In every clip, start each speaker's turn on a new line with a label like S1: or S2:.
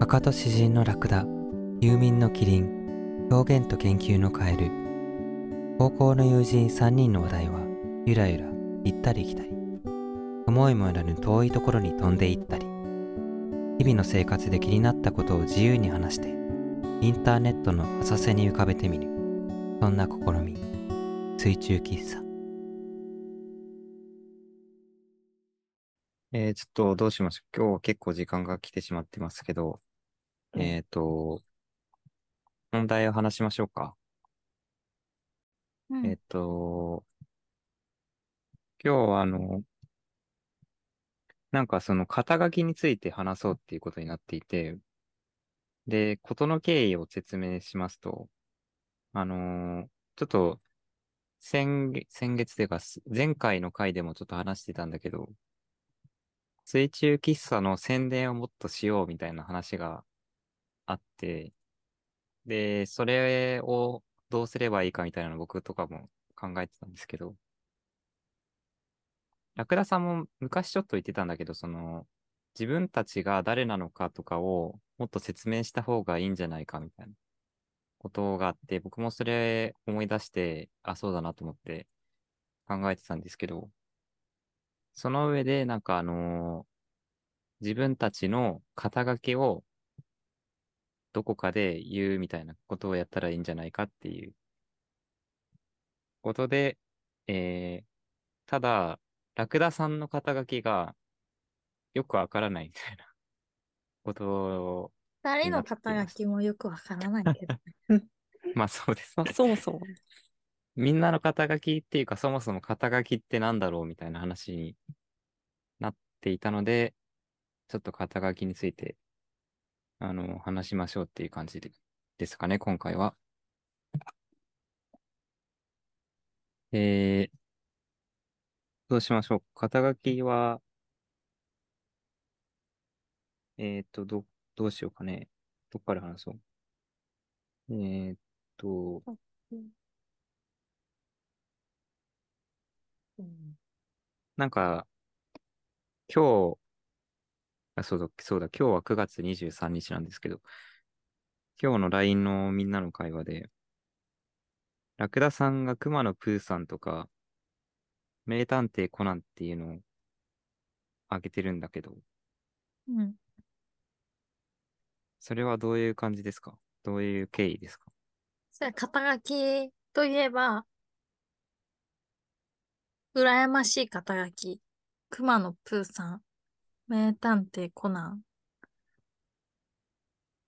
S1: 赤と詩人のラクダ遊民のキリン表現と研究のカエル高校の友人3人の話題はゆらゆら行ったり来たり思いもよらぬ遠いところに飛んで行ったり日々の生活で気になったことを自由に話してインターネットの浅瀬に浮かべてみるそんな試み水中喫茶えー、ちょっとどうしましょう。今日結構時間が来てしまってますけど、
S2: うん
S1: えっと、問題を話しましょうか。
S2: うん
S1: えっと、今日はあの、なんかその肩書きについて話そうっていうことになっていて、で、事の経緯を説明しますと、あのーちょっと、先月、先月というか、す前回の回でもちょっと話してたんだけど、水中喫茶の宣伝をもっとしようみたいな話があって、で、それをどうすればいいかみたいなの僕とかも考えてたんですけど、ラクダさんも昔ちょっと言ってたんだけど、その、自分たちが誰なのかとかをもっと説明した方がいいんじゃないかみたいなことがあって、僕もそれ思い出して、あ、そうだなと思って考えてたんですけど、その上で、なんかあのー自分たちの肩書きをどこかで言うみたいなことをやったらいいんじゃないかっていうことで、えーただ、ラクダさんの肩書きがよくわからないみたいなことを、
S2: 誰
S1: になっ
S2: の
S1: てい
S2: 肩書
S1: ます
S2: きもよくわからないけど。
S1: まあそうです
S3: ま
S1: ね
S3: あ、。そもそも。
S1: みんなの肩書きっていうか、そもそも肩書きってなんだろうみたいな話になっていたので、ちょっと肩書きについて、あの、話しましょうっていう感じでですかね、今回は。えー、どうしましょう。肩書きは、えーっと、ど、どうしようかね。どっから話そう。えーっと、
S2: うん
S1: なんか、今日、あ、そうだ、そうだ、今日は9月23日なんですけど、今日の LINE のみんなの会話で、ラクダさんが熊野プーさんとか、名探偵コナンっていうのをあげてるんだけど、
S2: うん、
S1: それはどういう感じですかどういう経緯ですか
S2: それ肩書きといえば、羨ましい肩書き。熊野プーさん、名探偵コナン。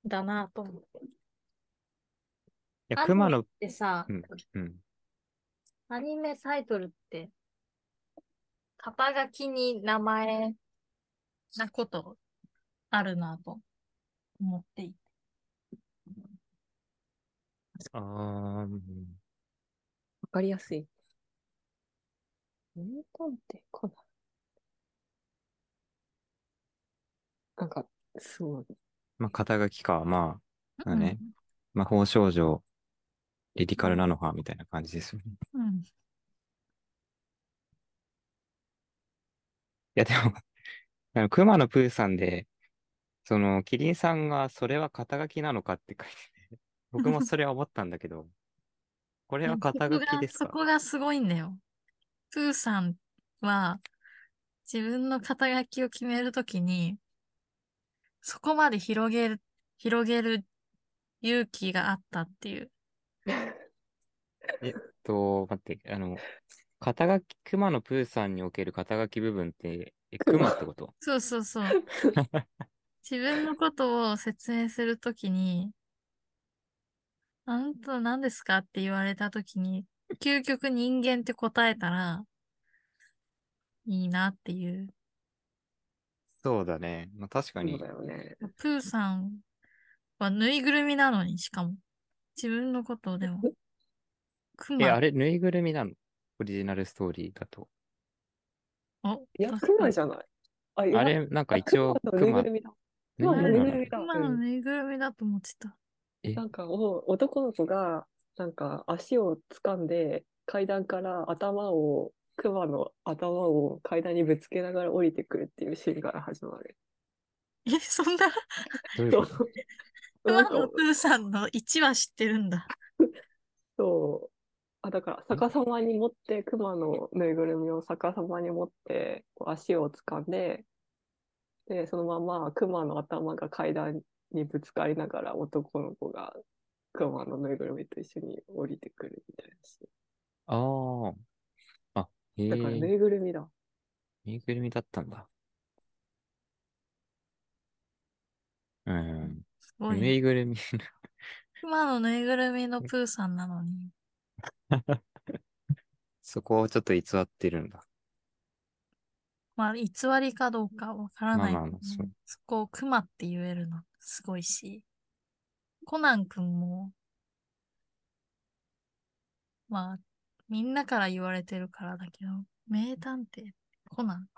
S2: だなぁと思って。
S1: いや、
S2: あ
S1: 熊野、
S2: でさ、
S1: うんうん。
S2: アニメタイトルって、肩書きに名前なことあるなぁと思っていて。
S1: あーうん、
S3: わかりやすい。名探偵コナン。なんか、すごい。
S1: まあ、肩書きか、まあ、だ
S2: うん
S1: ね魔法少女、リリカルなのか、みたいな感じですよね。
S2: うん。
S1: いや、でもあの、熊野プーさんで、その、キリンさんが、それは肩書きなのかって書いてて、僕もそれは思ったんだけど、 これは肩書きです
S2: そ
S1: か
S2: こがすごいんだよ。プーさんは、自分の肩書きを決めるときに、そこまで広げる、広げる勇気があったっていう。
S1: と、待って、あの、肩書き、熊野プーさんにおける肩書き部分って、え、熊ってこと
S2: そうそ うそう。自分のことを説明するときに、あなた何ですかって言われたときに、究極人間って答えたら、いいなっていう。
S1: そうだね。まあ、確か
S3: そう
S1: に
S3: だ。よね。
S2: プーさんはぬいぐるみなのに、しかも。自分のことをでも。ク
S1: え、あ
S2: マ。
S1: れ、ぬいぐるみなのオリジナルストーリーだと。
S2: お
S3: いや、クマじゃない。あ、いや
S1: あれ、なんか
S3: あ
S1: 一応、
S3: 熊とぬいぐ
S1: 熊、
S3: るみだ。
S1: ぬいぐるみ
S2: 熊のぬ
S1: なの
S2: いぐるみ
S3: だ
S2: クマのぬいぐるみだと思ってた。
S1: え
S3: なんかお、男の子が、なんか足を掴んで、階段から頭を、クマの頭を 階段にぶつけながら降りてくるっていうシーンから始まる。
S2: え、そんな
S1: どういう
S3: そ
S1: こ
S3: う
S1: と
S2: 熊
S3: なんか
S2: 野プーさんの1は知ってるんだ。
S3: そう。あ、だから逆さまに持って、熊のぬいぐるみを逆さまに持って、こう足を掴んで、で、そのまま熊の頭が階段にぶつかりながら男の子が熊のぬいぐるみと一緒に降りてくるみたいなシ
S1: ああ。あ、へえ
S3: ーン。だからぬいぐるみだ。
S1: ぬいぐるみだったんだ。うん。
S2: すごい
S1: ぬ
S2: ね。
S1: いぐるみ。
S2: 熊野ぬいぐるみのプーさんなのに。
S1: そこをちょっと偽ってるんだ。
S2: まあ、偽りかどうかわからないけど
S1: ま
S2: ね、
S1: あまあそう
S2: そこを熊って言えるのすごいし。コナン君も、まあ、みんなから言われてるからだけど、名探偵、コナン。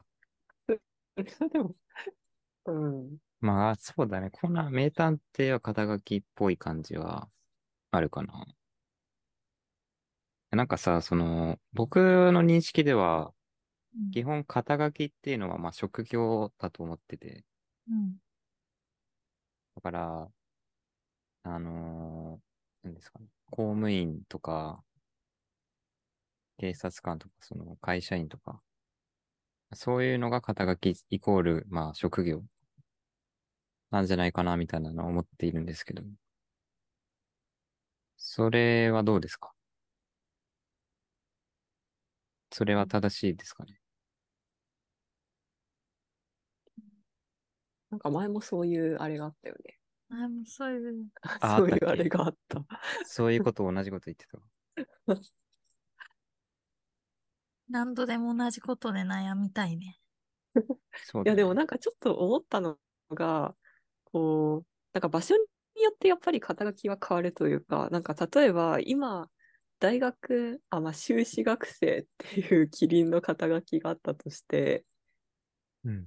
S3: でも、うん。
S1: まあ、そうだね。コナン、名探偵は肩書きっぽい感じはあるかな。なんかさ、その、僕の認識では、
S2: うん
S1: 基本肩書きっていうのは、まあ、職業だと思ってて。
S2: うん。
S1: だから、あのー、なんですかね。公務員とか、警察官とか、その会社員とか、そういうのが肩書きイコール、まあ職業なんじゃないかな、みたいなのを思っているんですけど。それはどうですかそれは正しいですか ね
S3: なんか前もそういうあれがあったよね。
S2: あもうそういう、
S1: あ
S3: そうい
S1: あった
S3: う
S1: っ
S3: あ
S1: け
S3: れがあった。
S1: そういうことを同じこと言ってたわ。
S2: 何度でも同じことで悩みたいね。
S1: そう
S3: い
S1: だね
S3: やでもなんかちょっと思ったのが、こう、なんか場所によってやっぱり肩書きは変わるというか、なんか例えば今、大学、あ、まあ修士学生っていうキリンの肩書きがあったとして、
S1: うん。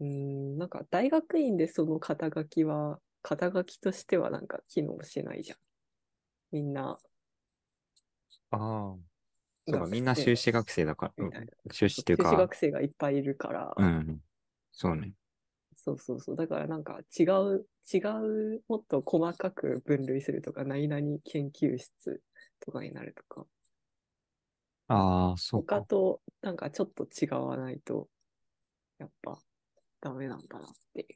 S3: うーん、なんか大学院でその肩書きは、肩書きとしてはなんか機能しないじゃん。みんな
S1: ああ。そう
S3: が
S1: か、みんな修士学生だから
S3: みたいな。
S1: 修士っていう
S3: 修
S1: か、
S3: 士学生がいっぱいいるから、
S1: うん。そうね。
S3: そうそうそう。だからなんか違う、違う、もっと細かく分類するとか、何々研究室とかになるとか、
S1: ああ、そう
S3: 他
S1: か。
S3: となんかちょっと違わないと、やっぱダメなんだなっていう。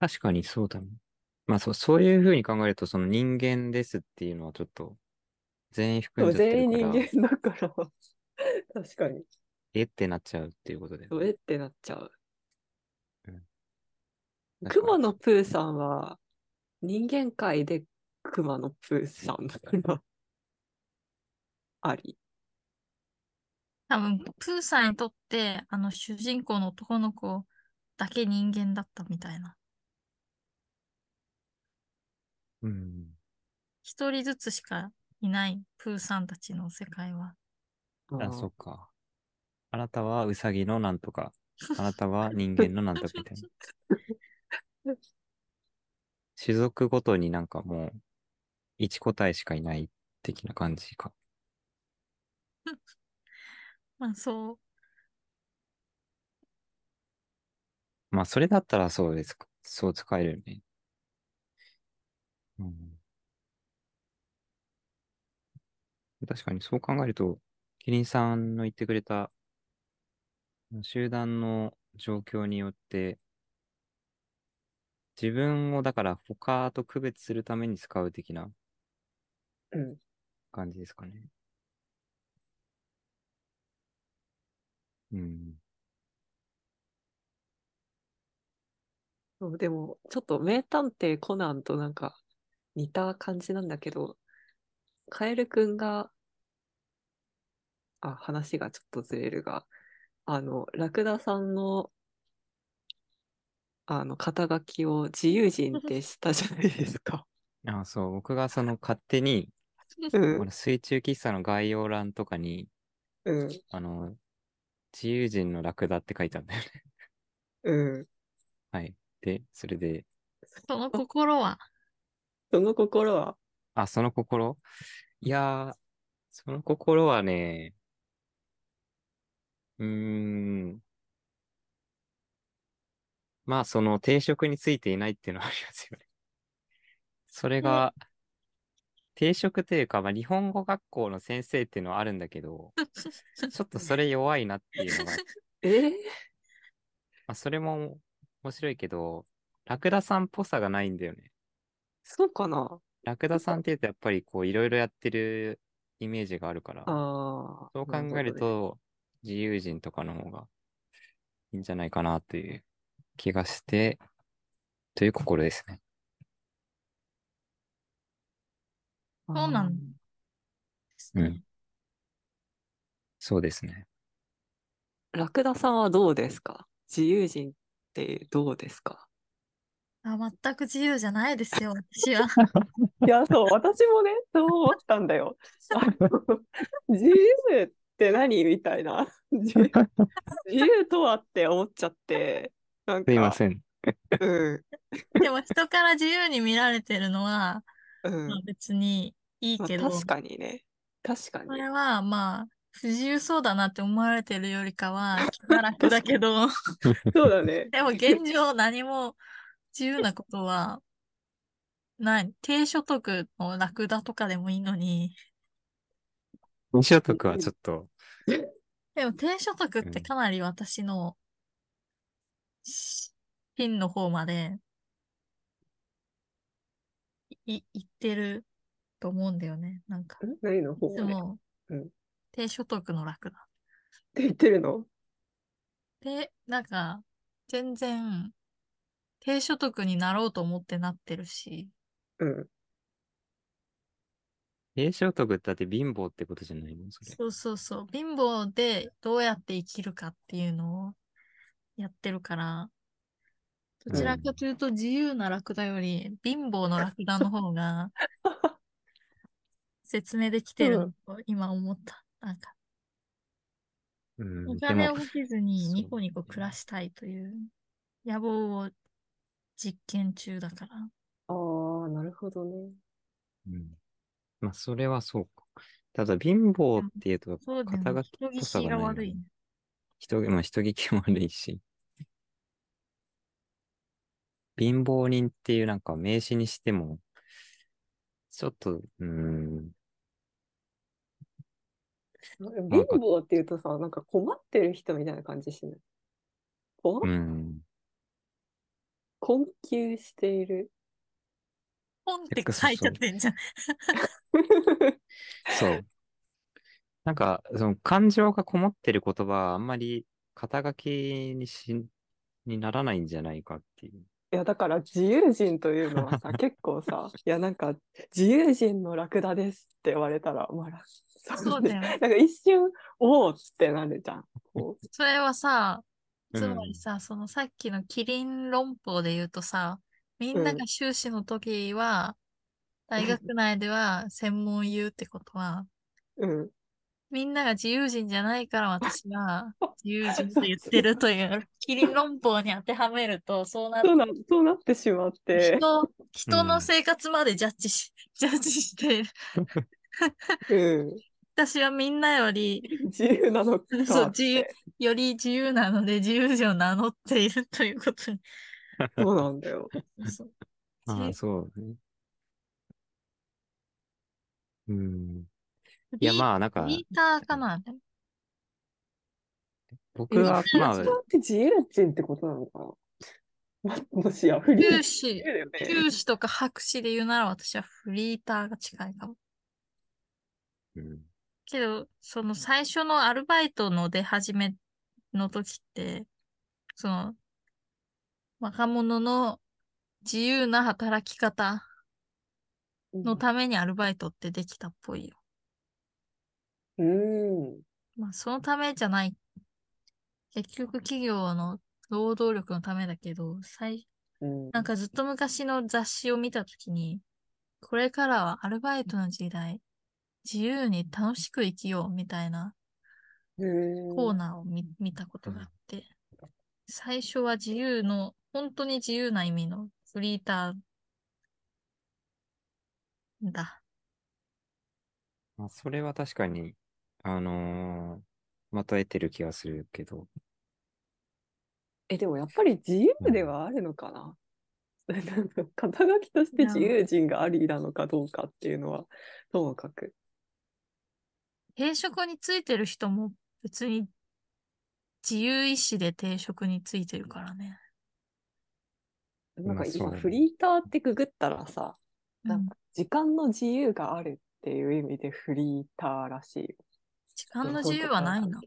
S1: 確かにそうだね。まあそう、そういうふうに考えると、その人間ですっていうのはちょっと、全員
S3: で
S1: 含ん
S3: も
S1: じゃって
S3: 全員
S1: るか
S3: 人
S1: ら、
S3: 間だから、 確かに。
S1: えってなっちゃうっていうことで。
S3: ど れってなっちゃう。
S1: 確かに
S3: 熊野プーさんは人間界で熊野プーさんだから、 あり。
S2: 多分、プーさんにとって、あの、主人公の男の子だけ人間だったみたいな。
S1: うん。
S2: 一人ずつしかいないプーさんたちの世界は。
S1: あ、
S3: うん
S1: そっか。あなたはウサギのなんとか、あなたは人間のなんとかみたいな。種族ごとになんかもう、一個体しかいない的な感じか。
S2: まあそう。
S1: まあ、それだったらそうです。そう使えるよね。うん。確かにそう考えると、キリンさんの言ってくれた、集団の状況によって、自分をだから他と区別するために使う的な
S3: うん。
S1: 感じですかね。うん。
S3: そうでも、ちょっと名探偵コナンとなんか似た感じなんだけど、カエルくんが、あ、話がちょっとずれるが、あの、ラクダさんの、あの、肩書きを自由人ってしたじゃないです か。
S1: あ、そう、僕がその勝手に、
S3: うん
S1: この、水中喫茶の概要欄とかに、
S3: うん、
S1: あの、自由人のラクダって書いたんだよね。
S3: うん。
S1: はい。で、それで、
S2: その心は、
S3: その心は、
S1: あ、その心いやー、その心はね、うーん、まあ、その定職についていないっていうのはありますよね。 それが、定職というか、まあ、日本語学校の先生っていうのはあるんだけど、ちょっとそれ弱いなっていうのが、ま
S3: えー、
S1: あ、それも面白いけど、ラクダさんっぽさがないんだよね。
S3: そうかな
S1: ラクダさんっていうと、やっぱりこう、いろいろやってるイメージがあるから、
S3: ああ。
S1: そう考える
S3: なほ
S1: と、自由人とかの方がいいんじゃないかなという気がして、という心ですね。
S3: どね、
S2: そうなの
S1: うんそうですね。
S3: あーラクダさんはどうですか自由人ってどうですか
S2: あ、全く自由じゃないですよ、私は。
S3: いや、そう、私もね、そう思ったんだよ。あの自由って何みたいな。自由自由とはって思っちゃって。なんか
S1: すいません。
S3: うん。
S2: でも人から自由に見られてるのは、
S3: うん
S2: まあ、別にいい
S3: まあ
S2: けど、
S3: 確かにね。確か
S2: こ
S3: に
S2: れ。はまあ、不自由そうだなって思われてるよりかは、気 が楽だけど、
S3: そうだね。
S2: でも現状何も自由なことは、ない。低所得のラクダとかでもいいのに、
S1: 二所得はちょっと、
S2: でも低所得ってかなり私の、しピンの方まで、い、い行ってると思うんだよね。なんか、
S3: ん何の方
S2: い
S3: を
S2: つ
S3: ね、っ
S2: も
S3: うん、
S2: 低所得のラクダ。
S3: て言ってるの
S2: で、なんか、全然、低所得になろうと思ってなってるし、
S3: うん。
S1: 低所得ってだって貧乏ってことじゃないのそれ。
S2: そうそうそう、貧乏でどうやって生きるかっていうのをやってるから、どちらかというと自由なラクダより貧乏のラクダの方が説明できてるのと今思った。なんか、
S1: うん
S2: お
S1: で
S2: 金を
S1: も
S2: か、けずに
S1: そう
S2: ニコニコ暮らしたいという野望を実験中だから。
S3: ああ、なるほどね。
S1: うんまあ、それはそうか。ただ、貧乏っていうと、
S2: そうだよ
S1: 肩書
S2: ね
S1: き。
S2: 人
S1: っぽさ
S2: 聞き
S1: がないよ
S2: が悪
S1: ね
S2: いね。
S1: 人、まあ、人聞きも悪いし。貧乏人っていうなんか名詞にしても、ちょっと、うーん、
S3: 貧乏っていうとさ、なんか困ってる人みたいな感じしない困
S1: うーん。
S3: 困窮している。
S2: 本って書いちゃってんじゃん。
S1: そう。 なんか、その感情がこもってる言葉はあんまり肩書きにし、にならないんじゃないかっていう。
S3: いやだから自由人というの はさ結構さいやなんか自由人のラクダですって言われたらまあラ
S2: そうだよね
S3: なんか一瞬おおってなるじゃんこう
S2: それはさ、
S1: うん
S2: つまりさ、そのさっきのキリン論法で言うとさ、みんなが修士の時は、大学内では専門言うってことは、
S3: うん
S2: みんなが自由人じゃないから私 は自由人って言ってるという、キリン論法に当てはめると、そうなる
S3: そうなそうなってしまって、
S2: 人、人
S1: う
S2: の
S1: ん
S2: 生活までジャッジし、 ジャッジして、
S3: うん、
S2: 私はみんなより、
S3: 自由なのかって
S2: そう自由より自由なので自由人を名乗っているということに。
S3: そうなんだよ
S2: そう
S1: ああ、
S2: 自
S1: そうね。うん。
S2: 由
S1: いや、まあ、なんか、
S2: リーターかな
S1: 僕は、まあ
S3: ラク、ダって自由人ってことなのかなまもしやフリ
S2: 修
S3: ー
S2: 士
S3: 自、由だよね
S2: 修士とか博士で言うなら私はフリーターが近いかも。
S1: うん
S2: けど、その最初のアルバイトの出始めの時って、その、若者の自由な働き方のためにアルバイトってできたっぽいよ。
S3: うん
S2: まあ、そのためじゃない。結局企業の労働力のためだけど、最、
S3: うん
S2: なんかずっと昔の雑誌を見たときに、これからはアルバイトの時代、自由に楽しく生きようみたいな
S3: うん
S2: コーナーを見見たことがあって、最初は自由の、本当に自由な意味のフリーターだ。
S1: まあ、それは確かに、あのーまとえてる気がするけど、
S3: え、でもやっぱり自由ではあるのかな、 なんか肩書きとして自由人がありなのかどうかっていうのは、ともかく。
S2: 定職についてる人も別に自由意志で定職についてるからね。
S3: なんか
S1: まあ
S3: 今、
S1: そう
S3: フリーターってググったらさ、
S2: う
S3: なん
S2: ん
S3: か時間の自由があるっていう意味でフリーターらしいよ。
S2: 時間の自由はないな。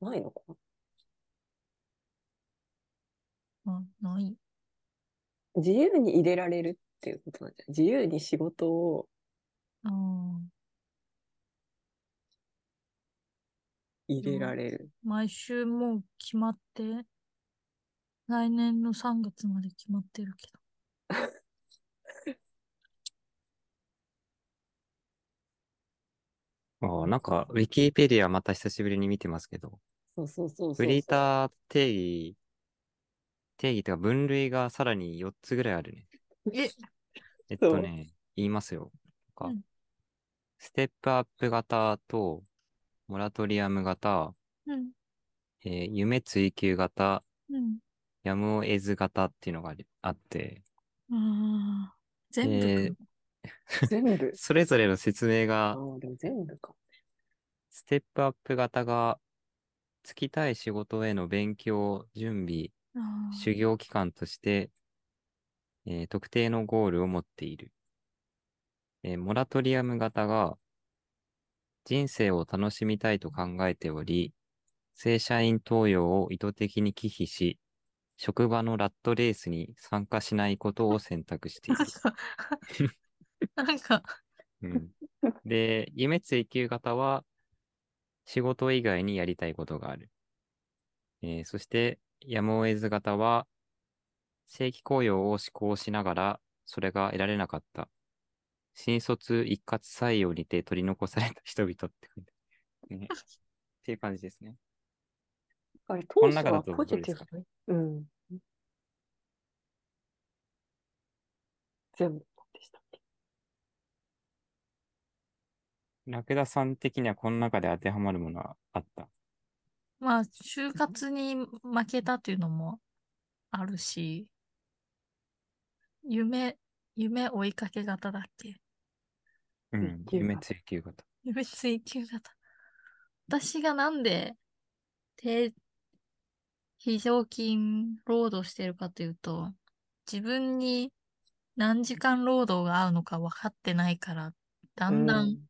S3: ないのかな
S2: うん、ない。
S3: 自由に入れられるっていうことなんじゃない自由に仕事を
S2: うん
S3: 入れられる。
S2: 毎週もう決まって、来年の3月まで決まってるけど。
S1: ああ、なんか、ウィキペディアまた久しぶりに見てますけど、
S3: そうそうそうそう。
S1: フリーター定義、定義というか分類がさらに4つぐらいあるね。
S2: え、
S1: えっとね、言いますよ。か
S2: うん
S1: ステップアップ型と、モラトリアム型、
S2: うん、
S1: えー夢追求型、
S2: うん。
S1: やむを得ず型っていうのがありあって、
S2: ああ、全部か、
S1: えー
S3: 全部。
S1: それぞれの説明
S3: あ
S1: が、
S3: ーでも全部か。
S1: ステップアップ型が、つきたい仕事への勉強、準備、
S2: あー
S1: 修行期間として、えー特定のゴールを持っている。えーモラトリアム型が、人生を楽しみたいと考えており、正社員登用を意図的に忌避し、職場のラットレースに参加しないことを選択している
S2: なん。か、なんか、
S1: うん、で、夢追求型は、仕事以外にやりたいことがある。えーそして、やむを得ず型は、正規雇用を志向しながら、それが得られなかった。新卒一括採用にて取り残された人々って書いてある、 ね。っていう感じですね。
S3: あれ、
S1: こ
S3: 当
S1: の
S3: 初
S1: 中だ
S3: は
S1: と
S3: ポジティブね。うん。全部でしたっけ
S1: ラクダさん的にはこの中で当てはまるものはあった。
S2: まあ、就活に負けたというのもあるし、夢、夢追いかけ型だっけ
S1: うん。
S3: 追求型
S1: 夢追求型。
S2: 夢追求型。 私がなんで、低、非常勤労働してるかというと、自分に何時間労働が合うのか分かってないから、だんだ
S3: うん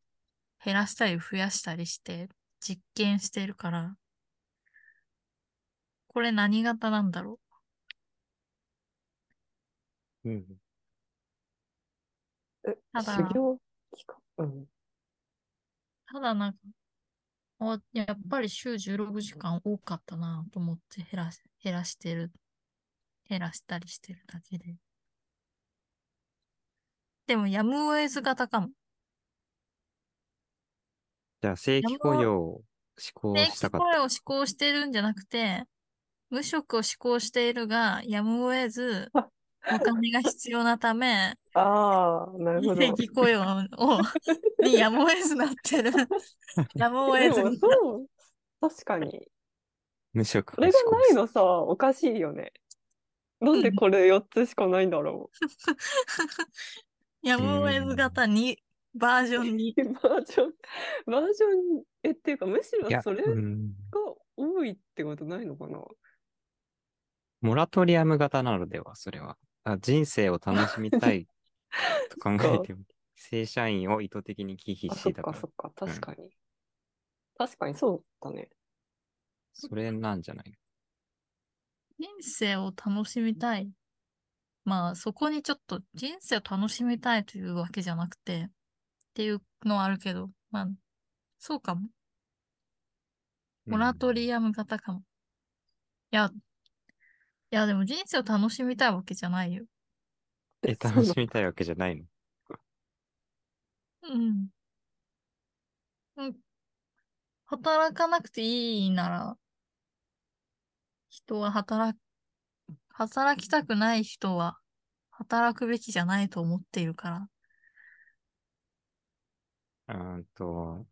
S2: 減らしたり増やしたりして実験してるから、これ何型なんだろ
S1: うん。
S3: え
S2: ただ
S3: 修行期間。うん。
S2: う。ただなんか、あやっぱり週16時間多かったなと思って減らし、減らしてる。減らしたりしてるだけで。でもやむを得ず型かも。
S1: じゃあ、正規雇用を志向
S2: 正
S1: した
S2: 規
S1: か
S2: 雇
S1: った。
S2: 用を志向してるんじゃなくて、無職を志向しているが、やむを得ず、 お金が必要なため、
S3: ああ、な るほど。
S2: 正規雇用を、にやむを得ずなって る。やむを
S3: で
S2: 得ず
S3: も
S2: に。
S3: そう。確かに。
S1: 無職
S3: それが
S1: 志向
S3: ない
S1: し
S3: のさ、おかしいよね。なんでこれ4つしかないんだろ
S2: やむを得ず型に、バージョンに。
S3: う。 バージョン、バージョン、え、っていうか、むしろ
S1: いや、
S3: それ
S1: う
S3: が
S1: ん。
S3: 多いってことないのかな、
S1: モラトリアム型なのでは、それは。あ人生を楽しみた いと考えており、正社員を意図的に忌避
S3: あ、そ
S1: し
S3: った
S1: から、
S3: か、そ
S1: そ
S3: っか、確かに。確かにそうだね。
S1: れなんじゃない
S2: 人生を楽しみたい。まあ、そこにちょっと人生を楽しみたいというわけじゃなくて、っていうのはあるけど、まあ、そうかも。モラトリアム型かも。いや、いや、でも人生を楽しみたいわけじゃないよ。
S1: アえ、楽しみたいわけじゃないの
S2: うん。うん。働かなくていいなら、人は働く、働きたくない人は働くべきじゃないと思っているから。
S1: うーんと、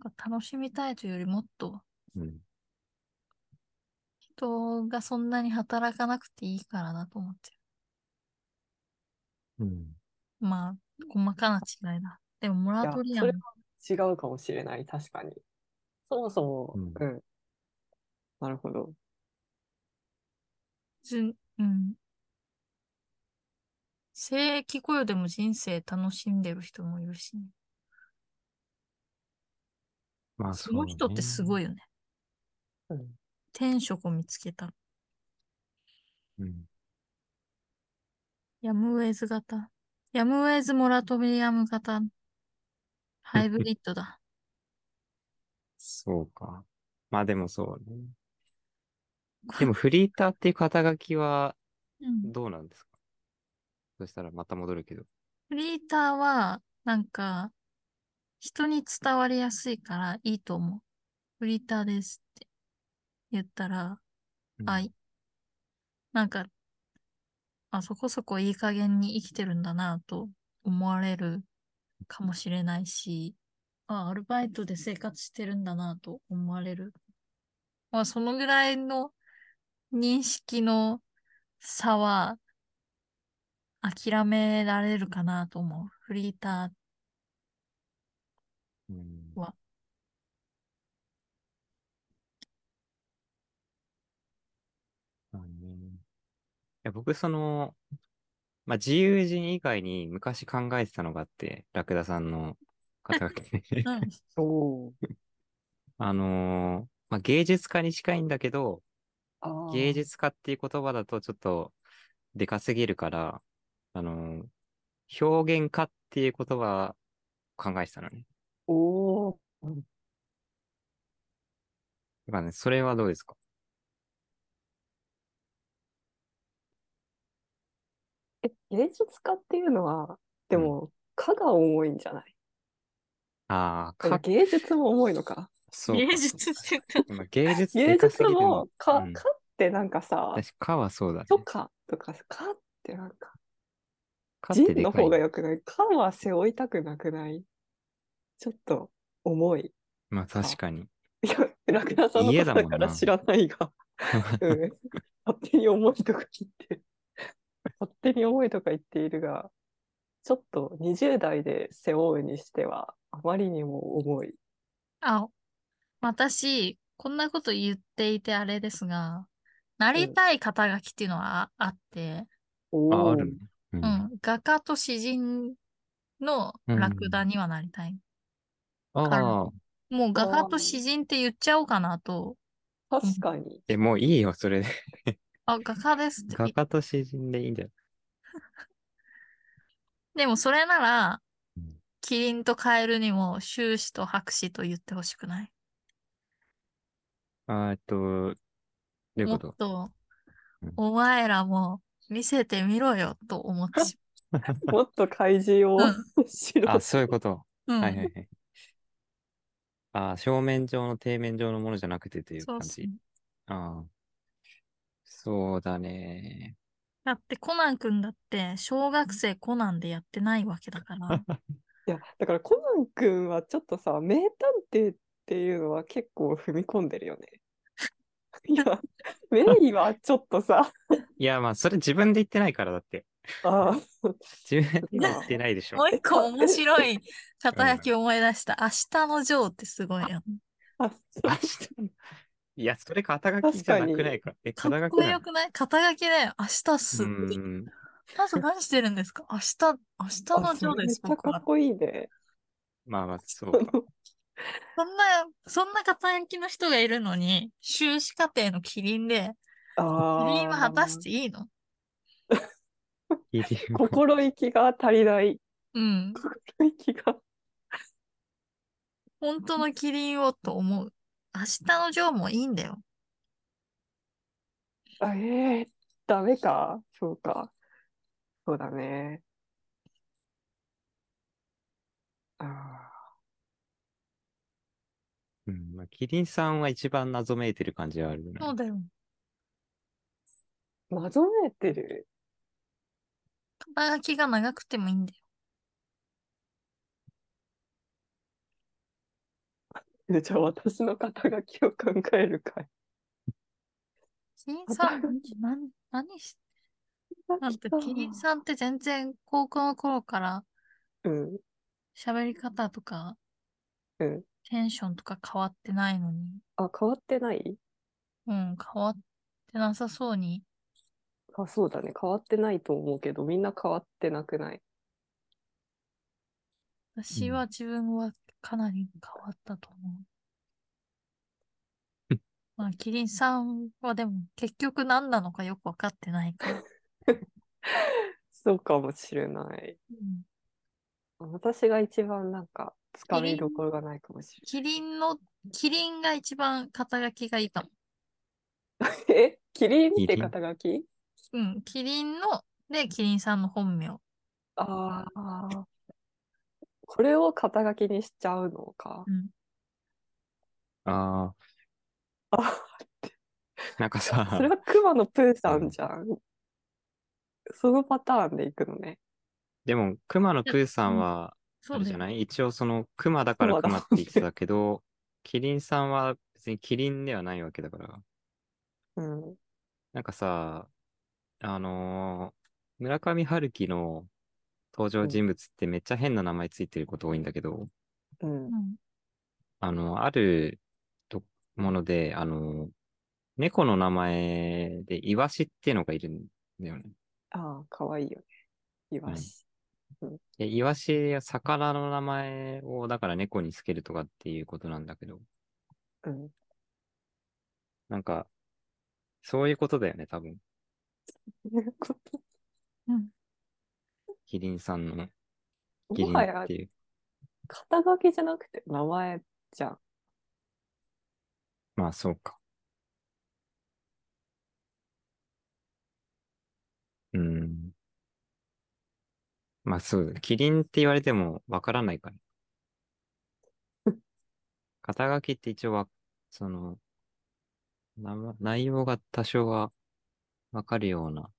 S2: 楽しみたいというよりもっと、
S1: うん。
S2: 人がそんなに働かなくていいからだと思って
S1: うん。
S2: る。まあ、細かな違いだ。でも、モラトリアム
S3: いや、違うかもしれない、確かに。そもそも、
S1: うん
S3: うん。なるほど。
S2: じんうん。正規雇用でも人生楽しんでる人もいるしね、
S1: まあ、
S2: その人ってすご
S1: い。
S2: いよね。
S3: うん、
S2: 天職を見つけた。
S1: うん。
S2: ヤムウェイズ型。ヤムウェイズモラトリアム型。ハイブリッドだ。
S1: そうか。まあでもそうね。でもフリーターっていう肩書きは
S2: うん
S1: どうなんですかそしたらまた戻るけど。
S2: フリーターは、なんか、人に伝わりやすいからいいと思う。フリーターですって言ったら、
S1: うん
S2: あい。なんか、あそこそこいい加減に生きてるんだなと思われるかもしれないし、あ、アルバイトで生活してるんだなと思われる。まあ、そのぐらいの認識の差は諦められるかなと思う。フリータ
S1: うん
S2: うわ
S1: まあねいや僕、その、まあ、自由人以外に昔考えてたのがあって、ラクダさんの肩 書きで
S2: ー。 うん。
S3: お
S1: あのーまあ、芸術家に近いんだけど、
S3: ああ。
S1: 芸術家っていう言葉だとちょっとでかすぎるから、あのー表現家っていう言葉考えてたのね。
S3: おお。
S1: だからね、それはどうですか
S3: え、芸術家っていうのは、でも、科が重いんじゃない
S1: ああ、
S3: でも
S1: か、
S3: 芸術も重い のか。
S1: そうか。
S2: 芸術って言ったら
S1: 今 芸術
S3: 芸
S1: でかす
S3: 術
S1: ぎるの
S3: も、か、
S1: うん
S3: かってなんかさ、
S1: 私、かはそうだね。
S3: 書家とか、かってなんか、
S1: かって
S3: 人
S1: で
S3: の
S1: かい
S3: 方。が良くないかは背負いたくなくないちょっと重い。
S1: まあ確かに。
S3: いや、ラクダさんの
S1: 家
S3: こ
S1: だ
S3: と
S1: もん
S3: だ
S1: な
S3: から知らな いが、うん、勝手に重いとか言って、勝手に重いとか言っているが、ちょっと20代で背負うにしては、あまりにも重い。
S2: あ、私、こんなこと言っていてあれですが、なりたい肩書きっていうのはああって、
S3: お
S1: あ、
S3: ー
S1: あるね。う。
S2: うんん、画家と詩人のラクダにはなりたい。
S1: ああ、
S2: もう画家と詩人って言っちゃおうかなと、
S3: 確か に。
S1: え、もういいよ、それで。
S2: あ、画家ですって
S1: 画家と詩人でいいんじゃない
S2: でもそれなら
S1: うん、
S2: キリンとカエルにも修士と博士と言ってほしくない。
S1: あーえっと、どういう
S2: も
S1: こ
S2: っ
S1: と
S2: と
S1: うん、
S2: お前らも見せてみろよと思ってし
S3: もっと開示を
S2: う
S3: しろ
S1: あ、そういうこと。
S2: まう。
S1: は
S2: う
S1: い
S2: ん
S1: はいはい。ああ、正面上の底面上のものじゃなくてという
S2: そ
S1: 感
S2: う
S1: じ。
S2: そう
S1: ああ。そうだね。
S2: だってコナン君だって小学生コナンでやってないわけだ から。
S3: いや、だからコナン君はちょっとさ、名探偵っていうのは結構踏み込んでるよね。いや、メイはちょっとさ、
S1: いや、まあ、それ自分で言ってないからだって。
S3: あ ー
S1: 自分で言ってないでしょ
S2: も。う一個面 白い肩書き思い出した。明日のジョーってすごいよね。
S3: あ、
S1: 明日のいや、それ肩書きじゃなくないか。え、
S2: か
S1: 肩
S2: っ
S1: 書き
S2: こ
S1: なの
S2: よくない肩書きで明日すっ
S1: う
S2: て。
S1: ん。
S2: まず何してるんですか明日、明日のジョー
S3: め
S2: で
S3: っ
S2: す
S3: ち。ゃ
S2: 僕
S3: かっ
S2: は。
S3: こいいね。
S1: まあまあ、そうか。
S2: そんな、そんな肩書きの人がいるのに、修士課程のキリンで、キ
S3: あ
S2: リンは果たしていいの
S1: いい理由は
S3: 心意気が足りない。
S2: うん。
S3: 心意気が。
S2: 本当のキリンをと思う。明日のジョーもいいんだよ。
S3: あえー、ダメか。そうか。そうだね。あ
S1: うん、まあ、キリンさんは一番謎めいてる感じはあるよね。
S2: そうだよ。
S3: ー謎めいてる。
S2: 肩書きが長くてもいいんだよ。
S3: でじゃあ私の肩書きを考える会。
S2: 金さん、何、何し、なんて、金さんって全然高校の頃から
S3: うん。
S2: 喋り方とか、
S3: うん
S2: テンションとか変わってないのに、
S3: あ、変わってない
S2: うん、変わってなさそうに
S3: あ、そうだね。変わってないと思うけど、みんな変わってなくない。
S2: 私
S1: うん
S2: は自分はかなり変わったと思う
S1: うん。
S2: まあ、キリンさんはでも結局何なのかよくわかってないから。
S3: そうかもしれない。
S2: うん
S3: 私が一番なんか、つかみどころがないかもし
S2: キリンの、キリンが一番肩書きがいいかも。
S3: れない。えキリン っ
S1: キ
S3: て
S1: リン
S3: 肩書き
S2: うん、キリンの、で、キリンさんの本名。
S3: ああ。これを肩書きにしちゃうのか
S2: う。ん。
S1: あ
S3: あ、
S1: あ、なんかさ、
S3: それは熊のプーさんじゃん。そのパターンでいくのね。
S1: でも、熊野プーさんは、
S2: そ
S1: あ
S2: う
S1: れ
S2: だ
S1: じゃ
S2: よ。
S1: ない一応その、熊だから
S3: 熊だ
S1: 熊って言ってたけど、キリンさんは別にキリンではないわけだから。
S3: うん。
S1: なんかさ、あのー村上春樹の登場人物ってめっちゃ変な名前ついてること多いんだけど、
S3: うん。
S2: うん。
S1: あの、あるともので、あの、猫の名前でイワシっていうのがいるんだよね。
S3: ああ、かわいいよね。イワシ。
S1: で、イワシは魚の名前をだから猫につけるとかっていうことなんだけど、
S3: うん。
S1: なんか、そういうことだよね、多分。
S2: うん。
S1: キリンさんのキリ
S3: も
S1: ン
S3: はや
S1: っていう。
S3: 肩書きじゃなくて名前じゃん。
S1: まあ、そうか。うん。まあ、そうだ。キリンって言われてもわからないから。肩書きって一応は、その、なま内容が多少はわかるような。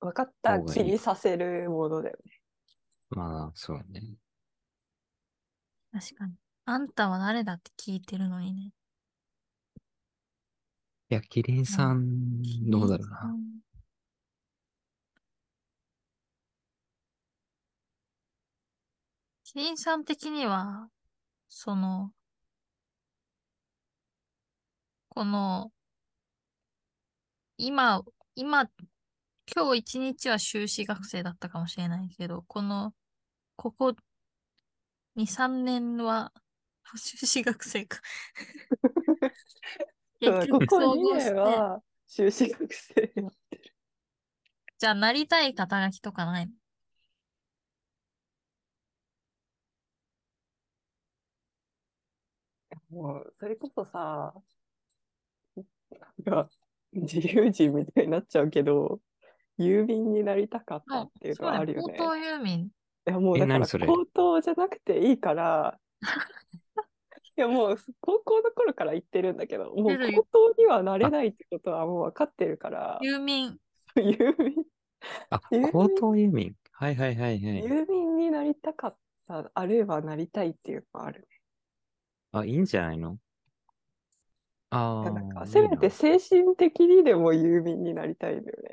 S3: 分かった
S1: 方がいい
S3: 気にさせるものだよね。
S1: まあ、そうね。
S2: 確かに。あんたは誰だって聞いてるのにね。
S1: いや、キリンさん、どうだろうな。
S2: キリンさん。キリンさん的には、その、この、今、今、今日一日は修士学生だったかもしれないけど、この、ここ2、3年は、 修士学生 か。結
S3: こ
S2: 局
S3: こ
S2: 総合
S3: 2
S2: して
S3: 年、は修士学生やってる。
S2: じゃあなりたい肩書きとかないの
S3: もうそれこそさ、なんか自由人みたいになっちゃうけど、郵便になりたかったっていうのはあるよね。
S2: そうだよ、口頭郵便。
S3: いやもう
S1: え
S3: だから
S1: 何それ
S3: 高等じゃなくていいから、いやもう高校の頃から言ってるんだけど、も
S2: 言
S3: う
S2: ってる
S3: 高等にはなれないってことはもう分かってるから、
S2: 郵便。
S3: 郵便
S1: あ
S3: 郵、便
S1: 高等郵便。はいはいはいはい。
S3: 郵便になりたかった、あるいはなりたいっていうのはあるね。
S1: あ、いいんじゃないのああ。
S3: なんか
S1: いい
S3: せめて精神的にでも郵便になりたいんだよね。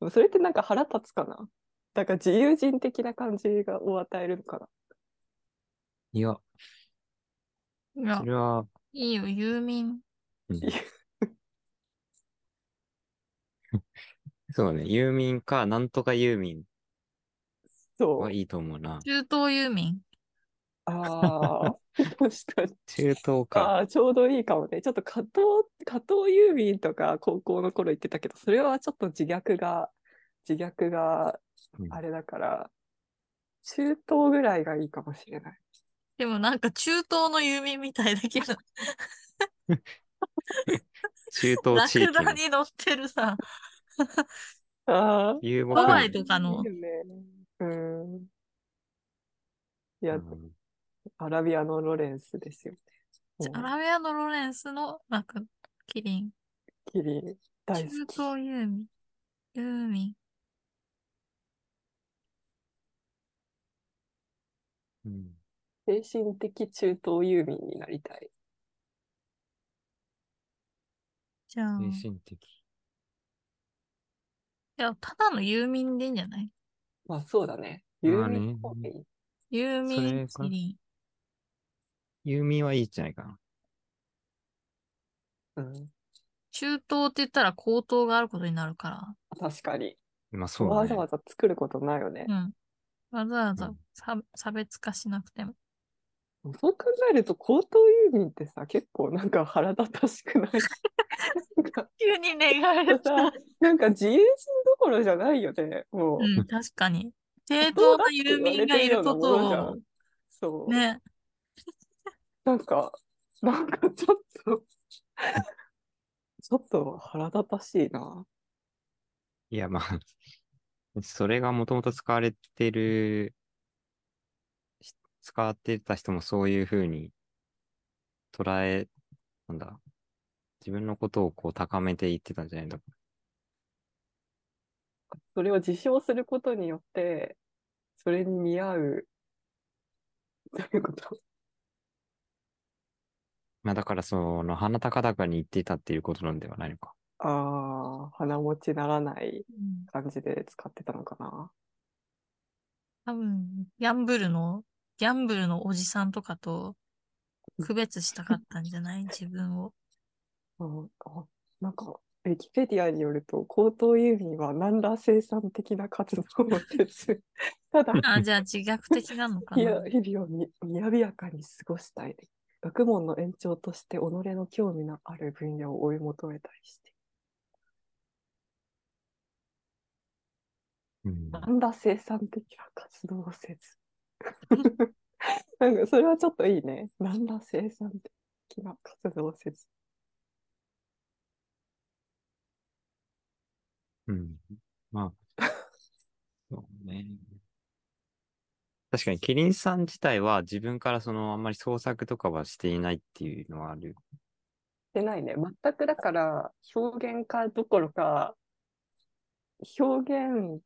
S3: でもそれってなんか腹立つかなだから自由人的な感じがを与えるのかな。
S1: いや、
S2: いや
S1: そ、れは、
S2: いいよ、郵便。
S1: そうね、郵便か、なんとか郵便
S3: そう。
S1: はいいと思うな。
S2: 中東郵便。
S3: ああ、確かに。
S1: 中東
S3: あ
S1: か。
S3: あ、ちょうどいいかもね。ちょっと加藤、加藤郵便とか高校の頃言ってたけど、それはちょっと自虐が、自虐が
S1: うん
S3: あれだから、中東ぐらいがいいかもしれない。
S2: でもなんか中東の郵便みたいだけど、
S1: 中
S2: ラ
S1: 東地
S2: ク
S1: 域
S2: ダ
S1: の
S2: に乗ってるさ、
S3: ああ、
S1: 遊牧
S2: ハワイ
S1: 民
S2: とかの
S3: いいよね。うん。いや、
S1: うん
S3: アラビアのロレンスですよね。も
S2: ア
S3: う
S2: ラビアのロレンスのラク、キリン。
S3: キリン
S2: 中
S3: 大好
S2: 東
S3: き。
S2: 郵便。郵便。
S1: うん
S3: 精神的中等遊民になりたい。
S2: じゃあ、
S1: 精
S2: い
S1: 神的。
S2: や、ただの遊民でいいんじゃない
S3: まあそうだね。
S1: まあ
S3: 遊
S1: ね
S3: 民っぽい。
S2: 遊民
S1: それか
S2: 一輪。
S1: ユーミンはいいんじゃないかな。
S3: うん。
S2: 中東って言ったら高等があることになるか
S3: 確かに。
S1: まあそうだね。
S3: わざわざ作ることないよね。
S2: ら。うん。わざわざ
S1: うん
S2: 差差別化しなくても。
S3: そう考えると、高等郵便ってさ、結構なんか腹立たしくないなんか
S2: 急に願え
S3: さ
S2: た。、
S3: なんか自衛人どころじゃないよね、もう。
S2: うん、確かに。正
S3: そう
S2: 当な遊民がいるこ
S3: だって言われてるようなものじゃ
S2: とを
S3: ん、そう。
S2: ね。
S3: なんか、なんかちょっと、ちょっと腹立たしいな。
S1: いや、まあ、 それがもともと使われてる、し使ってた人もそういうふうに捉え、なんだ、自分のことをこう高めていってたんじゃないんだ
S3: それを自称することによって、それに似合う。どういうこと
S1: まあだからその、鼻高々に言ってたっていうことなんではないのか。
S3: ああ、鼻持ちならない
S2: うん
S3: 感じで使ってたのかな。
S2: 多分、ギャンブルの、ギャンブルのおじさんとかと区別したかったんじゃ ない自分を。
S3: うんあなんか、ウィキペディアによると、高等郵便は何ら生産的な活動をせず、ただ、
S2: あ、じゃあ自虐的なのか
S3: い
S2: な。
S3: や日々をみみやびやかに過ごしたい。学問の延長として、己の興味のある分野を追い求めたりして。
S1: うん。
S3: 何ら生産的な活動をせ ず。なんか、それはちょっといいね。何ら生産的な活動をせず。
S1: うん。まあ、 そうね。確かに、キリンさん自体は自分からその、あんまり創作とかはしていないっていうのはある。
S3: してないね。全くだから、表現家どころか、表現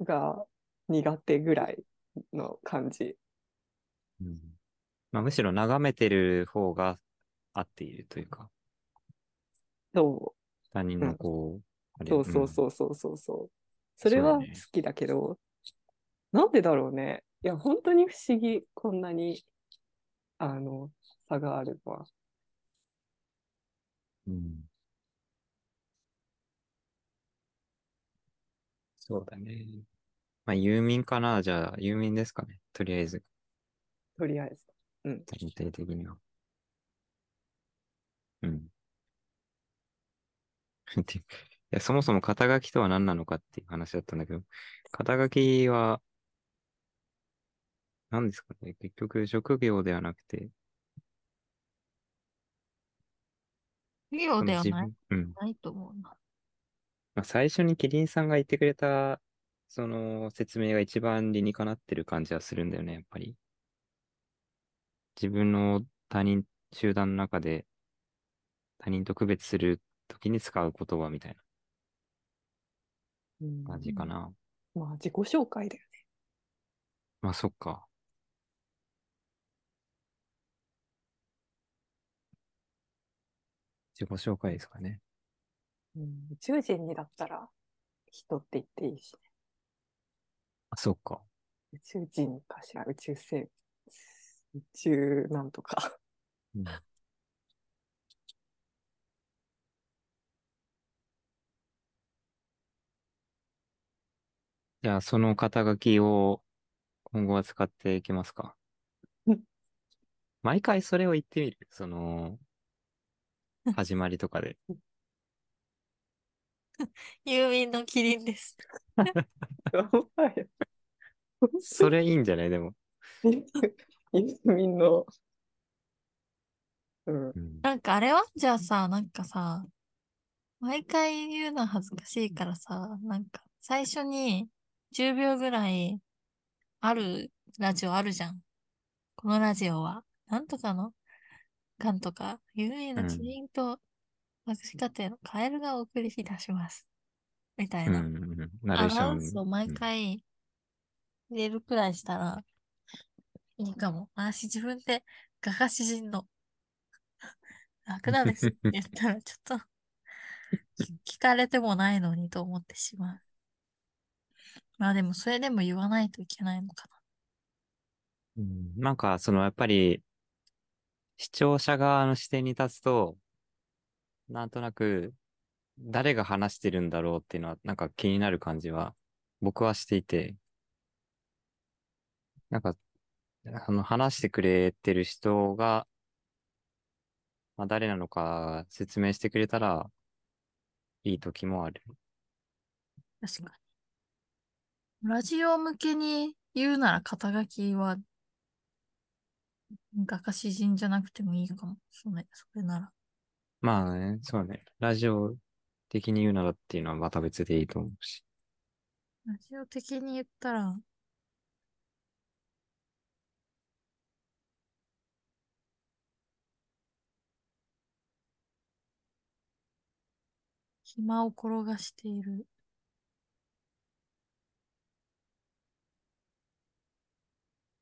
S3: が苦手ぐらいの感じ。
S1: うんまあ、むしろ眺めてる方が合っているというか、
S3: そ
S1: 他人のこう、あ
S3: う
S1: れ
S3: そうそう
S1: う
S3: そうそうそうそう。それは
S1: そう
S3: 好
S1: だね
S3: きだけど、なんでだろうね。いや、本当に不思議、こんなに、あの、差があるのは。
S1: ん。うんそうだね。まあ、遊民かなじゃあ、遊民ですかね。とりあえず、
S3: とりあえず。
S1: 全体的には。うん。 っていや、そもそも肩書きとは何なのかっていう話だったんだけど、肩書きは、何ですかね結局、職業ではなくて、
S2: 授業
S1: その
S2: では
S1: 自
S2: ない
S1: 分、うん。
S2: ないと思 うな。
S1: まあ、最初にキリンさんが言ってくれた、その説明が一番理にかなってる感じはするんだよね、やっぱり。自分の他人、集団の中で、他人と区別するときに使う言葉みたい
S3: うん
S1: な感じかな。
S3: まあ、自己紹介だよね。
S1: まあ、そっか。自己紹介ですかね。
S3: うん、宇宙人にだったら、人って言っていいし。
S1: あ、そっか。
S3: 宇宙人かしら宇宙生宇宙なんとか。
S1: うんじゃあ、その肩書きを今後は使っていきますか
S3: うん。
S1: 毎回それを言ってみる。その、始まりと かで。
S2: 遊民のキリンです。
S3: やば い。
S1: それいいんじゃないでも。
S3: みんな。うん。
S1: うん
S2: なんかあれはじゃあさ、なんかさ、毎回言うのは恥ずかしいからさ、なんか最初に10秒ぐらいあるラジオあるじゃん。このラジオは、なんとかの、かんとか、有名なキリンと、私家庭のカエルがお送りいたします。みたい
S1: うんう
S2: な。
S1: んうん。ナレ
S2: ア
S1: ーショ
S2: ナ
S1: ン
S2: ウンスを毎
S1: うん
S2: 回入れるくらいしたら、いいかも。私自分で画家詩人の楽なんですって言ったらちょっとき聞かれてもないのにと思ってしまう。まあでもそれでも言わないといけないのか
S1: うんなんか、その、やっぱり、視聴者側の視点に立つと、なんとなく、誰が話してるんだろうっていうのは、なんか気になる感じは、僕はしていて、なんか、あの、話してくれてる人が、まあ、誰なのか説明してくれたら、いい時もある。
S2: な。確かに。ラジオ向けに言うなら肩書きは画家詩人じゃなくてもいいかも。そうね、それなら。
S1: まあね、そうね。ラジオ的に言うならっていうのはまた別でいいと思うし。
S2: ラジオ的に言ったら、暇を転がしている。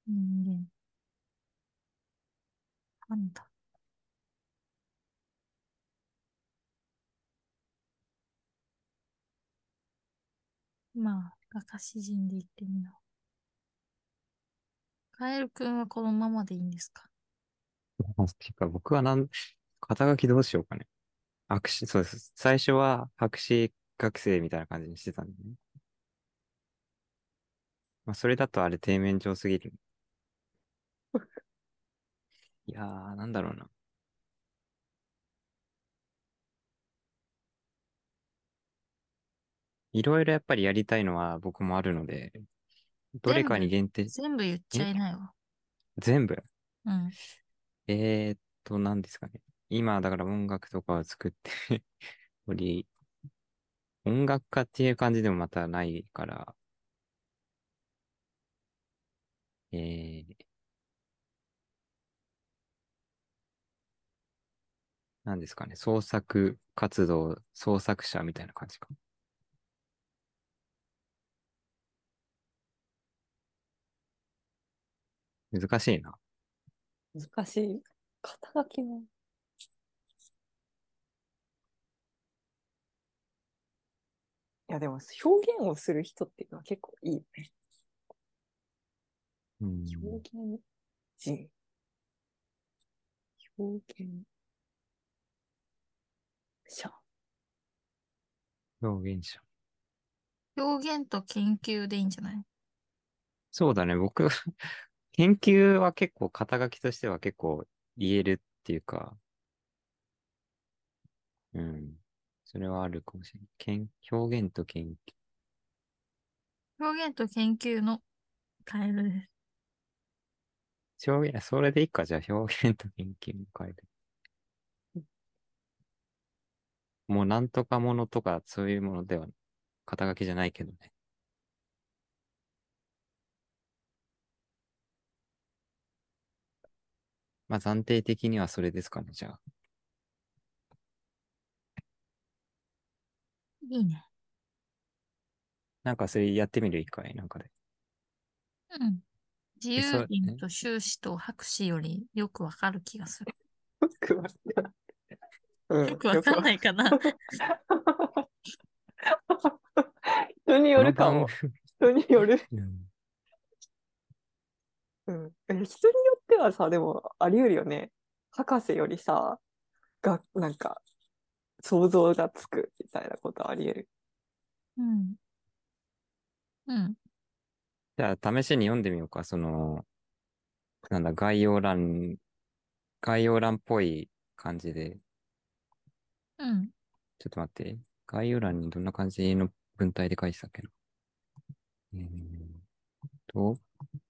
S2: 人間。パンダ。まあ、画家詩人で言ってみよう。カエルくんはこのままでいいんですか
S1: ていうか、僕はなん、肩書きどうしようかね。博士、そうです。最初は博士学生みたいな感じにしてたんでね。まあ、それだとあれ、底面上すぎる。いやー、なんだろうな。いろいろやっぱりやりたいのは僕もあるので、どれかに限定、
S2: 全部言っちゃいないわ。
S1: 全部
S2: うん。
S1: えーっと、何ですかね。今、だから音楽とかを作って おり、音楽家っていう感じでもまたないから、えー、何ですかね。創作活動、創作者みたいな感じか。難しいな。
S3: 難しい。肩書きも。いやでも表現をする人っていうのは結構いいよね。
S1: うん
S3: 表現人。表現 者。
S1: 表現者。
S2: 表現と研究でいいんじゃない
S1: そうだね、僕、 研究は結構、肩書きとしては結構言えるっていうか、うん。それはあるかもしれない。研表現と研究。
S2: 表現と研究のカエルです。
S1: 表現、それでいいか、じゃあ表現と研究に変える。もうなんとかものとか、そういうものでは、肩書きじゃないけどね。まあ暫定的にはそれですかね、じゃあ。
S2: いいね。
S1: なんかそれやってみる一回、なんかで。
S2: うん。自
S1: えそ
S2: 由
S1: う
S2: 人と修士と博士よりよくわかる気がする。
S3: よくわかんない。う ん
S2: よくわかんないかな。
S3: 人によるか
S1: この
S3: も
S1: 番。
S3: 人による。
S1: 組うん
S3: うん。え人によってはさ、でもあり得るよね。博士よりさ、が、なんか、想像がつくみたいなことあり得る。
S2: うん。うん。
S1: じゃあ、試しに読んでみようか。その、なんだ、概要欄、概要欄っぽい感じで。
S2: うん。
S1: ちょっと待って。概要欄にどんな感じの文体で書いてたっけな。えーっと。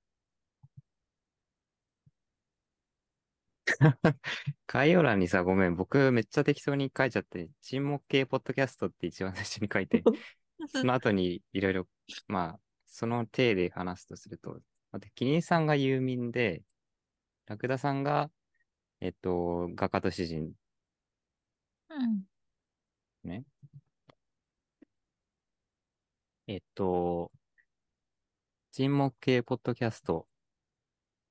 S1: 概要欄にさ、ごめん。僕めっちゃ適当に書いちゃって、沈黙系ポッドキャストって一番最初に書いて、その後にいろいろ、まあ、その体で話すとすると、あと、キリンさんが遊民で、ラクダさんが、えっと、画家と詩人
S2: うん。
S1: えっと、沈黙系ポッドキャスト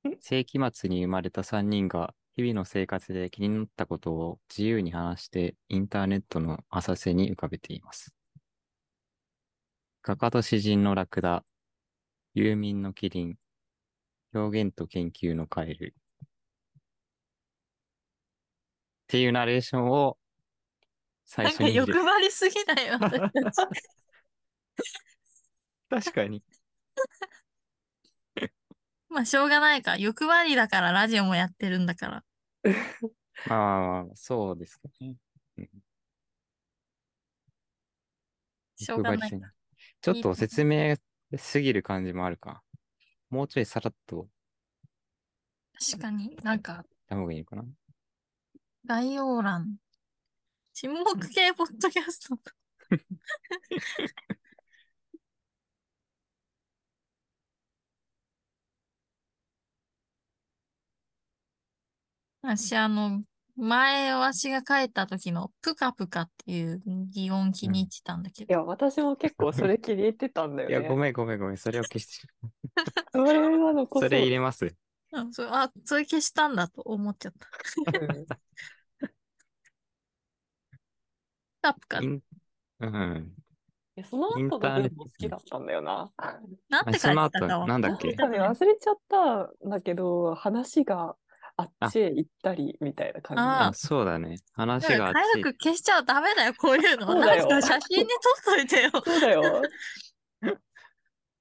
S3: ん。
S1: 世紀末に生まれた3人が日々の生活で気になったことを自由に話してインターネットの浅瀬に浮かべています。画家と詩人のラクダ、遊民のキリン、表現と研究のカエル。っていうナレーションを最
S2: なん
S1: 初
S2: か
S1: に入れ
S2: 欲張りすぎだよ。私 たち
S1: 確かに。
S2: まあ、しょうがないか。欲張りだからラジオもやってるんだから。
S1: まあまあまあ、そうですかね。
S2: しょうが
S1: 欲張り
S2: な
S1: す
S2: い
S1: ぎ。ちょっと説明すぎる感じもあるか。もうちょいさらっと
S2: 確かに。なんか、
S1: た方がいいのかな。
S2: 概要欄。沈黙系ポッドキャス ト。私、あの、前、わしが書いた時の、ぷかぷかっていう擬音気に入ってたんだけ
S3: い
S2: ど、
S3: や、私も結構それ気に入ってたんだよ
S1: い
S3: ね。
S1: や、ごめんごめんごめん。それを消してしま
S3: それなのこ
S1: う。
S3: そ。
S1: それ入れます。
S2: うんそれあ、それ消したんだと思っちゃった。
S3: うん
S2: ぷかぷか
S1: イ。ンうん。
S3: いやその
S1: イン
S3: 後
S1: タ
S3: の
S1: ーネッ
S3: 文
S1: ト
S3: も好きだったんだよな。
S2: なんて
S1: あそ
S2: 書い
S1: の
S2: てた
S1: 後、
S2: か
S1: なんだっけ
S3: なんかね、忘れちゃったんだけど、話があっちへ行ったりみたいな感じ
S2: あ
S1: あ、そうだね。話
S2: だか
S1: が
S2: ら
S1: あっ
S2: 早
S1: ち
S2: く消しちゃダメだよ、こういうの。
S3: そうだよ
S2: なんか写真に撮っといてよ。
S3: そうだ よ。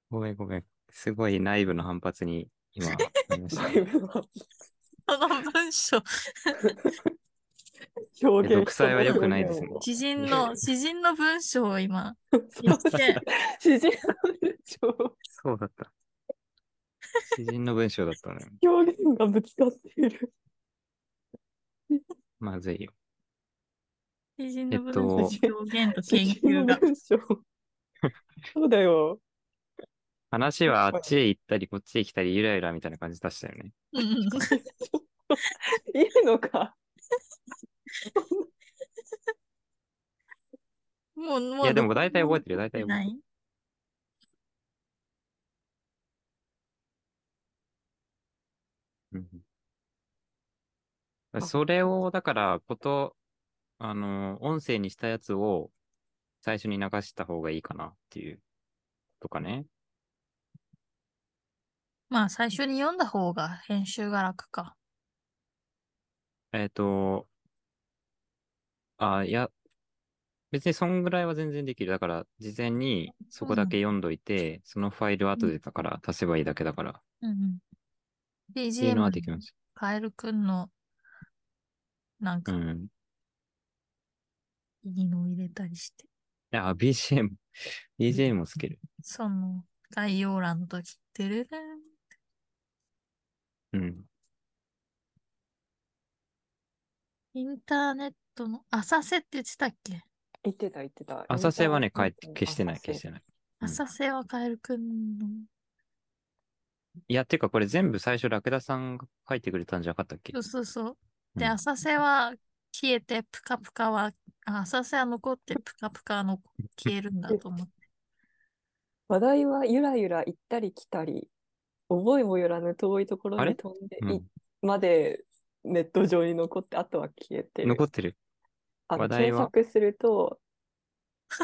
S1: ごめんごめん。すごい内部の反発に今、ありま したね、
S2: その文章。
S3: 表現
S1: 独裁は良くないですね
S2: 詩人の、詩人の文章を今、
S3: そう
S2: 言って、
S3: 詩人の文章
S1: そうだった。詩人の文章だったね。
S3: 表現がぶつかっている。
S1: まずいよ。
S2: 詩人の文
S1: えっ
S2: 章
S3: と
S2: の表現と
S3: 詩
S2: 研
S3: 人
S2: 究
S3: の
S2: が。
S3: 文章。そうだよ。
S1: 話はあっちへ行ったり、こっちへ来たり、ゆらゆらみたいな感じ出したよね。
S2: うんうん
S3: いいのか。
S2: もう、もう。
S1: いや、でも大体覚えてるよ、大体覚えて
S2: な
S1: る。
S2: い
S1: うん
S3: あ
S1: それを、だから、こと、あの、音声にしたやつを最初に流した方がいいかなっていう、とかね。
S2: まあ、最初に読んだ方が編集が楽か。
S1: えっ、と、あ、いや、別にそんぐらいは全然できる。だから、事前にそこだけ読んどいて、そのファイル後でだから足せばいいだけだから、
S2: うんうん。
S1: っていうのは
S2: BGM
S1: できます。
S2: カエルくんの、なん
S1: う
S2: か、
S1: ん。
S2: いいのを入れたりして、
S1: いや、BGM、BGM をつける。
S2: その、概要欄の時、てるるん。
S1: うん。
S2: インターネットの、浅瀬って言ってたっけ
S3: 言ってた言ってた。
S1: 浅瀬はね、
S3: イ
S1: 帰
S3: ン
S1: っ
S3: タ
S1: て
S3: ーネット
S1: 消してない、
S3: 浅瀬
S1: 消してない。うん
S2: 浅瀬はカエルくんの、
S1: いや、てかこれ全部最初、ラクダさんが書いてくれたんじゃなかったっけ
S2: そうそうそう。で、
S1: うん
S2: 浅瀬は消えて、ぷかぷかは、あ浅瀬は残って、ぷかぷかは残消えるんだと 思って。
S3: 話題はゆらゆら行ったり来たり、覚えもよらぬ遠いところ
S1: あれ
S3: に飛んで
S1: う
S3: い
S1: ん
S3: までネット上に残って、あとは消えてる。
S1: 残ってる。
S3: あの
S1: 話題は
S3: 検索すると、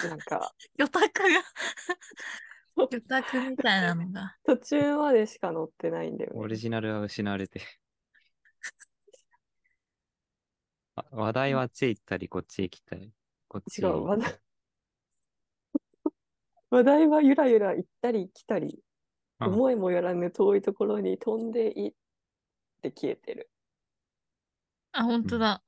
S3: なんか
S2: 魚拓が、魚拓みたいなのが。
S3: 途中までしか載ってないんだよね。
S1: オリジナルは失われて。あ話題はあっちへ行ったり、こっちへ来たり。こっち
S3: 違
S1: へ
S3: う話題 話題はゆらゆら行ったり来たり、
S1: あ
S3: 思いもよらぬ遠いところに飛んでいって消えてる。
S2: あ、本当だ。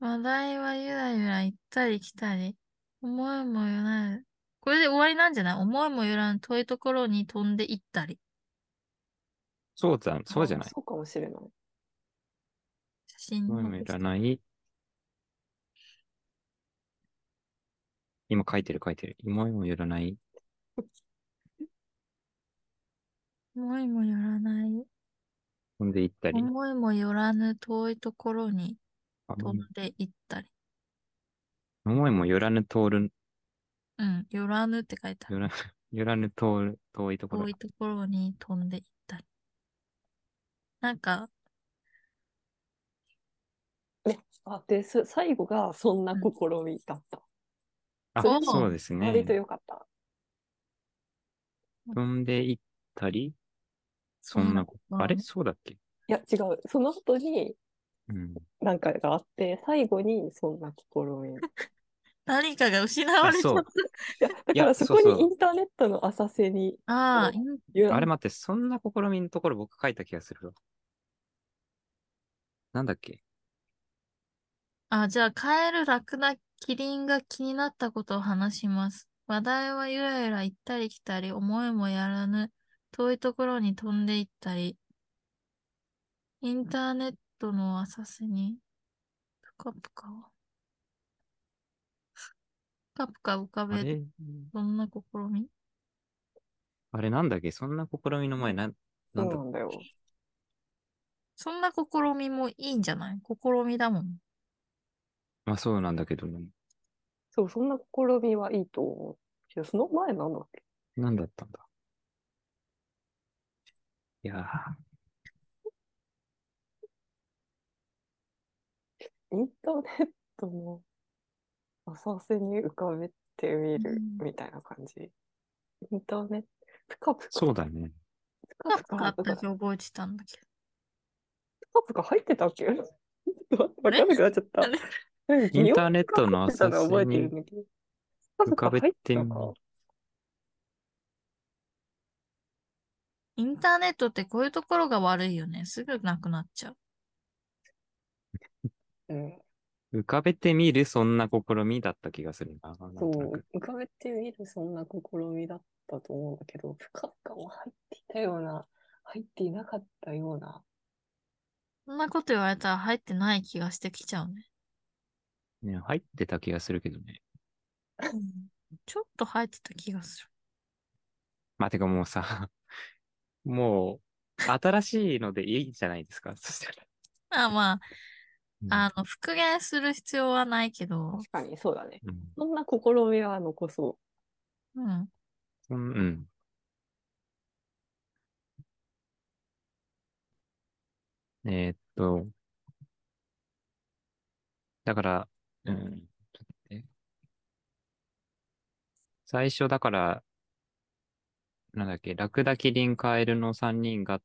S2: 話題はゆらゆら行ったり来たり、思いもよらぬ。これで終わりなんじゃない思いもよらぬ遠いところに飛んで行ったり。
S1: そうじゃん、そうじゃな
S3: あ
S1: い。
S3: そうかもしれない。
S2: 写真
S1: 思い
S2: の
S1: もいらない。今書いてる、書いてる。思いもよらない。
S2: 思いもよらない。
S1: 飛んで行ったり。
S2: 思いもよらぬ遠いところに
S1: あ
S2: 飛んで行ったり。
S1: 思いもよらぬ通る、
S2: うん、よらぬって書いてある。
S1: よらぬ、よらぬ通る、遠いところ
S2: 遠い。ところに飛んで行ったり。なんか、
S3: あ、で、す最後がそんな試みだった。
S1: あ、
S2: そう
S1: そうです
S3: 割と
S1: ね。
S3: 良かった。
S1: 飛んでいったり、そんなこ
S2: そんなこと
S1: あれそうだっけ
S3: いや、違う。その後に
S1: うん。
S3: 何かがあって、最後にそんな試 み。い
S2: 何かが失われちゃっ
S1: あ
S3: や、だ
S1: い
S3: か
S1: や
S3: らそ
S1: そ
S3: こ
S1: うそう
S3: にインターネットの浅瀬に、
S2: た。ああ、いん
S3: ゆ
S1: あれ待って、そんな試みのところ僕書いた気がするわ。なんだっけ
S2: あ、じゃあ、カエル、ラクダ、キリンが気になったことを話します。話題はゆらゆら行ったり来たり、思いもやらぬ、遠いところに飛んで行ったり、インターネットの浅瀬に、ぷかぷかを、ぷかぷか浮か
S1: あ
S2: べる、
S1: れ
S2: どんな試み
S1: あれなんだっけそんな試みの前なん、
S3: そ
S1: なん
S3: う
S1: だ
S3: なんだよ。
S2: そんな試みもいいんじゃない試みだもん。
S1: まあそうなんだけどね。
S3: そう、そんな試みはいいと思う。いやその前なんだっけ
S1: なんだったんだいや
S3: インターネットの浅瀬に浮かべてみる
S2: うん
S3: みたいな感じ。インターネット、ぷかぷ
S1: ー、そう
S3: か、
S1: だね。
S3: ぷ
S2: ぷか
S3: かぷ
S2: ぷかあ
S3: か、
S2: っ
S3: ぷ
S2: た
S3: か
S2: し覚えてたんだけ
S3: ぷか入ってたっけ ちょっとわかんなくなっちゃった
S2: あれ。
S3: うん
S1: インターネットの
S3: 擬音
S1: 浅
S3: が入
S1: 瀬に
S3: ってたのは覚えてるんだけど。
S1: 浮かべてみ
S3: ぷかぷか入って
S2: ど。インターネットってこういうところが悪いよね。すぐなくなっちゃう。
S3: たか。うん。
S1: 浮かべてみる、そんな試みだった気がするな。なんとな
S3: そ
S1: く。
S3: う、浮かべてみる、そんな試みだったと思うんだけど、ぷかぷかも入っていたような、入っていなかったような。
S2: そんなこと言われたら入ってない気がしてきちゃうね。
S1: ね、入ってた気がするけどね。
S2: ちょっと入ってた気がする。
S1: まあ、てかもうさ、 もう、新しいのでいいじゃないですか。そしたら。
S2: あま
S1: うん
S2: あ、あの、復元する必要はないけど、
S3: 確かに、そうだね。
S1: うん
S3: そんな試みは残そ
S2: うん。
S1: うん、うん。えーっと、だから、うん、ちょっと待って最初だから、なんだっけ、ラクダ、キリン、カエルの3人が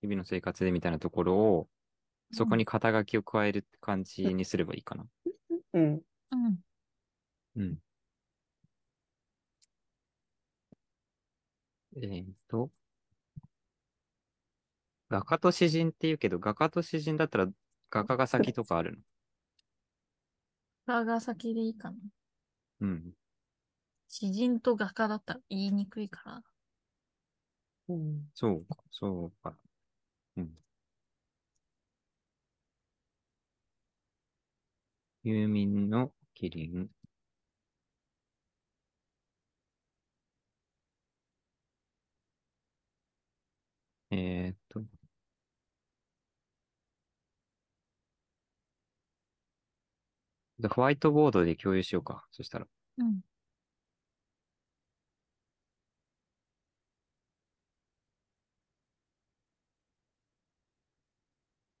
S1: 日々の生活でみたいなところを、そこに肩書きを加える感じにすればいいかな。
S3: う。うん。
S2: うん。
S1: うん。えーっと。画家と詩人って言うけど、画家と詩人だったら画家が先とかあるの。
S2: 画が先でいいかな。
S1: うん。
S2: 詩人と画家だったら言いにくいから。
S3: うん。
S1: そうか、そうか。うん。遊民のキリン。えーっと。でホワイトボードで共有しようか。そしたら。
S2: うん。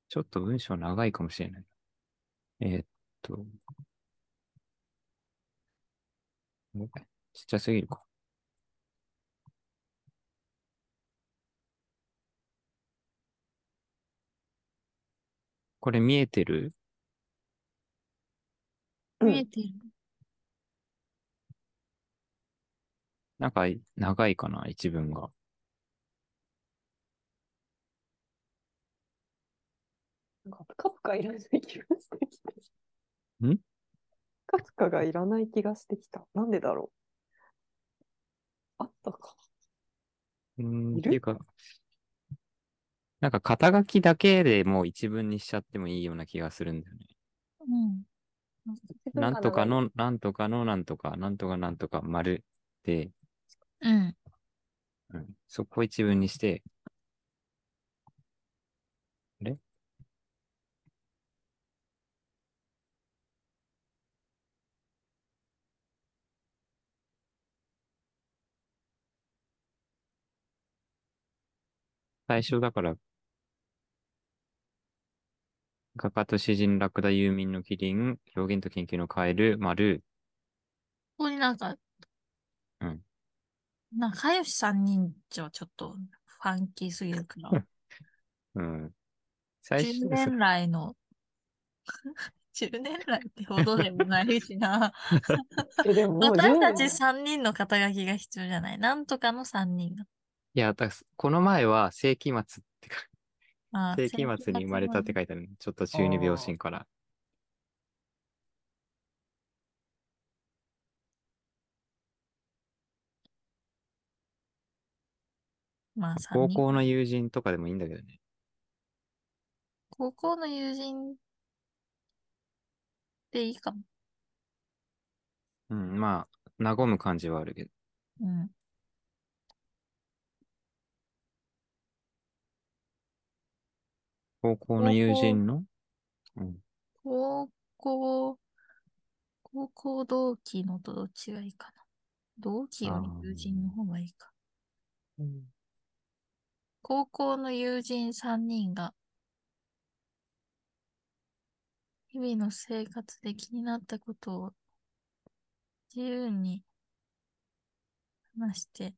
S1: ちょっと文章長いかもしれないな。えーっと。おちっちゃすぎるか。これ見えてる
S3: うん
S2: 見えてる。
S1: なんか長いかな、一文が。
S3: なんか、ぷかぷかいらない気がしてきた。
S1: ん
S3: ぷかぷかがいらない気がしてきた。なんでだろう。あったか。
S1: うーん、っ
S3: い
S1: て
S3: る
S1: いうか、なんか肩書きだけでもう一文にしちゃってもいいような気がするんだよね。
S2: うん。
S1: なんとか
S3: 自分が長い。
S1: の、なんとかの、なんとか、なんとかなんとか、丸で、
S2: うん。
S1: うん、そこ一文にして、あれ最初だから、カカトシ人、ラクダ、ユーミンのキリン、表現と研究のカエル、マル
S2: ここになんか、
S1: うん。
S2: 仲良し三人じゃちょっとファンキーすぎるから。
S1: ー。うん。 最初
S2: 10、年来の、10年来ってほどでもないしな。
S3: え、でももう
S2: 私た
S3: 10
S2: ち
S3: 年
S2: 3人の肩書きが必要じゃない。なんとかの3人が。
S1: いや、だこの前は世紀末ってか、
S2: あ
S1: 世紀末に生まれたって書いてあるの。ちょっと中二病心から。
S2: まあ、三
S1: 高
S2: 人
S1: 校の友人とかでもいいんだけどね。
S2: 高校の友人でいいかも。
S1: うん、まあ、和む感じはあるけど。
S2: うん。
S1: 高校の友人のうん。
S2: 高校、高校同期のとどっちがいいかな。同期より友人の方がいいか。高校の友人3人が、日々の生活で気になったことを自由に話して、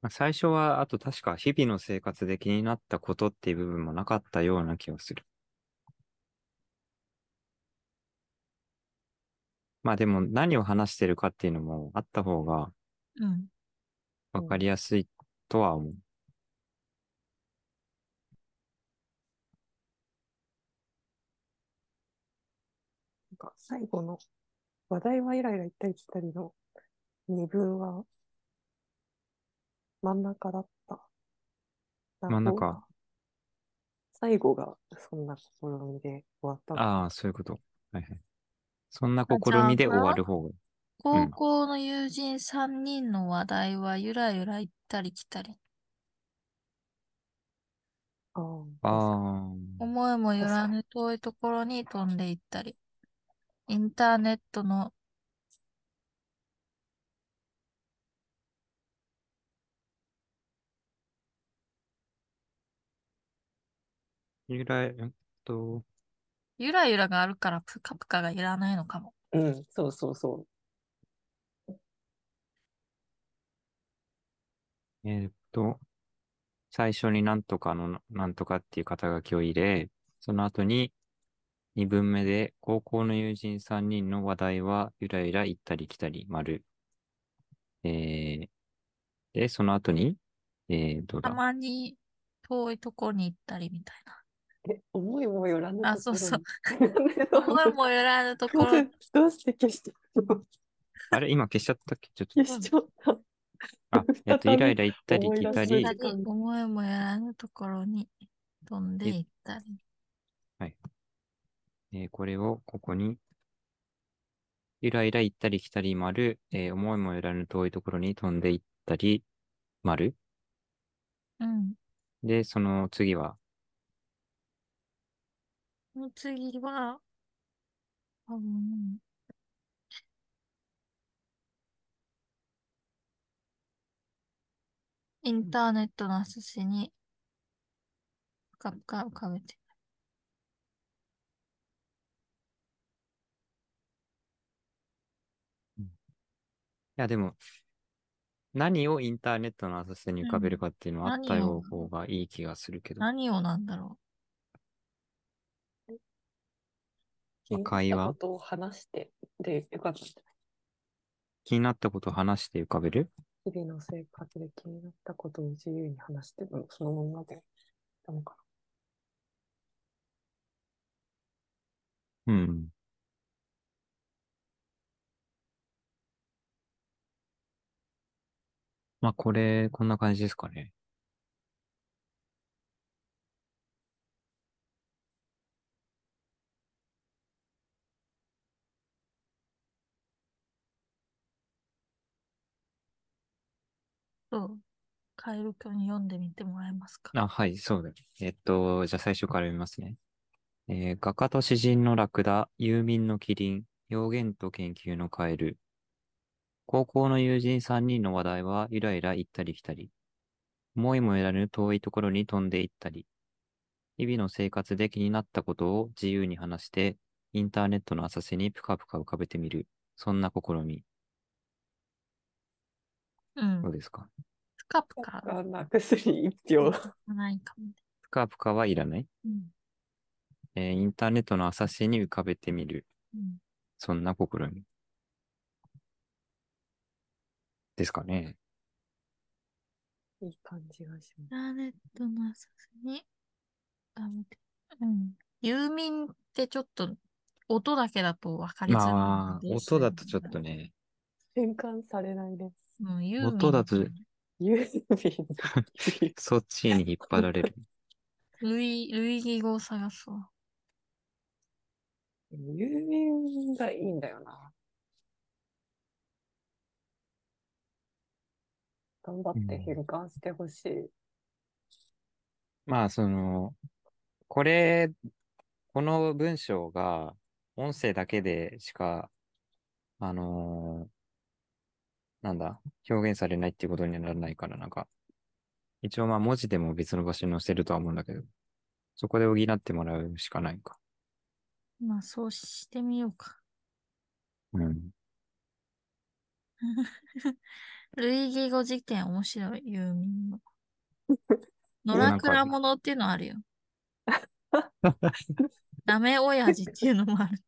S1: まあ、最初は、あと確か日々の生活で気になったことっていう部分もなかったような気がする。まあでも何を話してるかっていうのもあった方が
S2: うん。
S1: わかりやすいとは思う。
S4: なんか最後の話題はイライラ行ったり来たりの二分は真ん中だった。
S1: 真ん中。
S4: 最後がそんな試みで終わったの
S1: ああ、そういうこと。はいはい。そんな
S2: あ
S1: 試
S2: じゃあ
S1: みで終わる方がいい。
S2: 高校の友人3人の話題はゆらゆら行ったり来たり。
S4: ああ
S1: ああ。
S2: 思いもよらぬ遠いところに飛んでいったり、インターネットの
S1: 由来、えっと、
S2: ゆらゆらがあるからプカプカがいらないのかも。
S4: うん、そうそうそ
S1: えーっと、最初になんとかの、なんとかっていう肩書きを入れ、その後に2文目で、高校の友人3人の話題はゆらゆら行ったり来たり、丸。えー、で、その後に、えー、どう
S2: た
S1: だ
S2: まに遠いところに行ったりみたい
S4: え、思いもよらぬところ
S2: あそうそう
S4: に。なんでそ
S2: な。
S4: んな
S2: 思いもよらぬ と ころに
S4: どうして消して
S1: あれ今消しちゃったっけちょっと
S4: 消しちゃった。
S1: あ、えっと、イライラ行ったり
S4: 思い
S1: 来
S4: 出
S1: た
S4: す
S1: り
S4: だ、け
S2: 思いもよらぬところに飛んでいったり。
S1: えーこれをここに、ゆらゆら行ったり来たり、丸、えー思いもよらぬ遠いところに飛んで行ったり、丸。
S2: うん。
S1: で、その次は、
S2: 次は、あうんインターネットの寿司に、ぷかぷか浮かべて。
S1: いや、でも、何をインターネットの浅瀬に浮かべるかっていうのはあ
S2: うん
S1: ったよ
S2: 何を
S1: う方がいい気がするけど、
S2: 何をなんだろ
S4: 気にな
S1: 会
S4: った
S1: 話
S4: ことを話して、で、よかったんじゃ
S1: 気になったことを話して浮かべる
S4: ない。日々の生活で気になったことを自由に話してるの、そのままで。なのか
S1: うん。まあ、これ、こんな感じですかね。
S2: う。そう。カエル君に読んでみてもらえますか。
S1: あ、はい、そうだ。えっと、じゃあ最初から読みますね。えー画家と詩人のラクダ、遊民のキリン、表現と研究のカエル。高校の友人3人の話題はゆらゆら行ったり来たり。思いもよらぬ遠いところに飛んで行ったり。日々の生活で気になったことを自由に話して、インターネットの浅瀬にぷかぷか浮かべてみる。そんな試み。
S2: うん
S1: どう。ですか
S2: ぷかぷか
S3: あなくすり一応。
S2: ないかもね。
S1: ぷかぷかはいらない、
S2: うん。
S1: えーインターネットの浅瀬に浮かべてみる。
S2: うん
S1: そんな試み。ですかね。
S4: いい感じがしま
S2: インターネットの浅瀬に、あ、見て、うん。遊民ってちょっと、音だけだと分かりづらい
S1: まあ
S2: の、で。
S1: 音だとちょっとね。
S4: す。転換されないです。
S2: もうユーミン
S1: 音だと
S3: 郵 便
S1: そっちに引っ張られる。
S2: 類、類義語を探そう。
S3: 郵便がいいんだよな。頑張って変換してほしい。
S1: まあ、その、これ、この文章が、音声だけでしか、あのー なんだ、表現されないっていうことにならないから、なんか、一応まあ文字でも別の場所に載せるとは思うんだけど、そこで補ってもらうしかないか。
S2: まあ、そうしてみようか。
S1: うん。
S2: 類義語辞典面白い、ユーミ ンの。野
S1: な
S2: 良
S1: んか
S2: 倉者っていうのあ るよ。ダメ親父っていうのもある。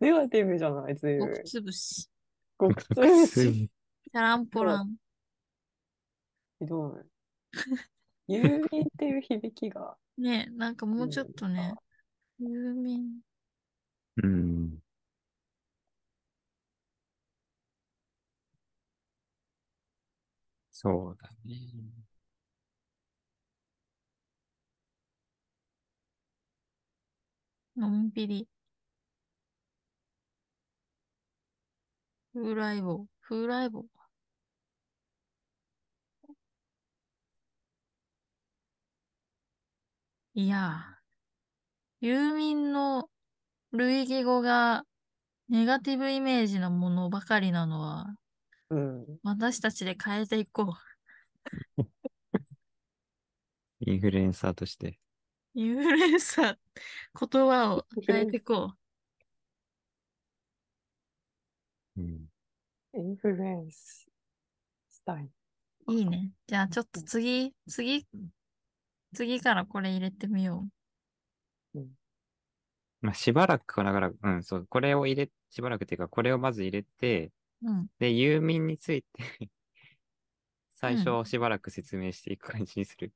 S3: ネガティブじゃない、ずいぶん
S2: 奥。つぶし。
S3: 極
S1: く
S3: 通
S1: す
S3: し。
S1: み
S2: チャランポラン。
S3: ひど い。郵便っていう響きが。
S2: ねなんかもうちょっとね、ユーミン。
S1: うん。 そうだね。
S2: のんびり。風来坊。風来坊。いやー、遊民の類義語がネガティブイメージのものばかりなのは、
S3: うん。
S2: 私たちで変えていこ
S1: インフルエンサーとして。
S2: う。インフルエンサー、言葉を変えていこ
S1: うん。
S4: インフルエンスしたい。
S2: う。いいね。じゃあちょっと次、次、次からこれ入れてみよう。
S1: まあ、しばらくかながら、うん、そう、これを入れ、しばらくっていうか、これをまず入れて、
S2: うん。
S1: で、遊民について 最
S2: う
S1: 初しばらく説明していく感じにする。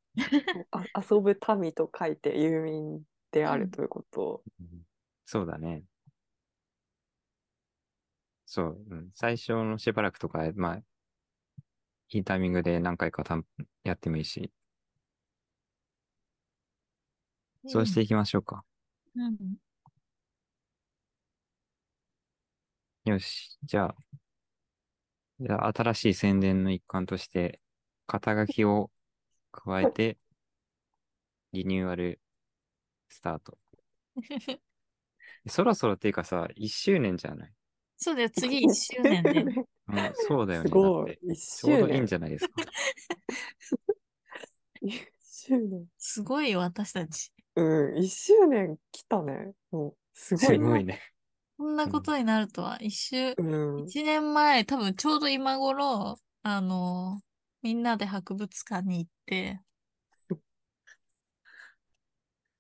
S3: あ遊ぶ民と書いて郵民であ
S2: う
S3: る
S2: ん
S3: ということ。
S1: うんそうだね。そう、うん、最初のしばらくとか、まあ、いいタイミングで何回かたんやってもいいし、そうしていきましょうか。
S2: うん。
S1: よし、じゃあ、じゃあ新しい宣伝の一環として、肩書きを加えて、リニューアルスタート。そろそろっていうかさ、1周年じゃない
S2: そうだ よ、次1周年で。
S1: もうそうだよね。
S3: すご
S1: だっ
S3: い
S1: て。
S3: 一
S1: ちょうど
S3: 周
S1: いいん
S3: 年。
S1: じゃないですか。
S3: 一周年。
S2: すごいよ、私たち。
S3: うん、一周年来たね。もう、すご
S1: す
S3: い
S1: ご
S3: ね。
S1: いね。
S2: こんなことになるとは、一周、
S3: うん。
S2: 一年前、多分ちょうど今頃、あの、みんなで博物館に行って、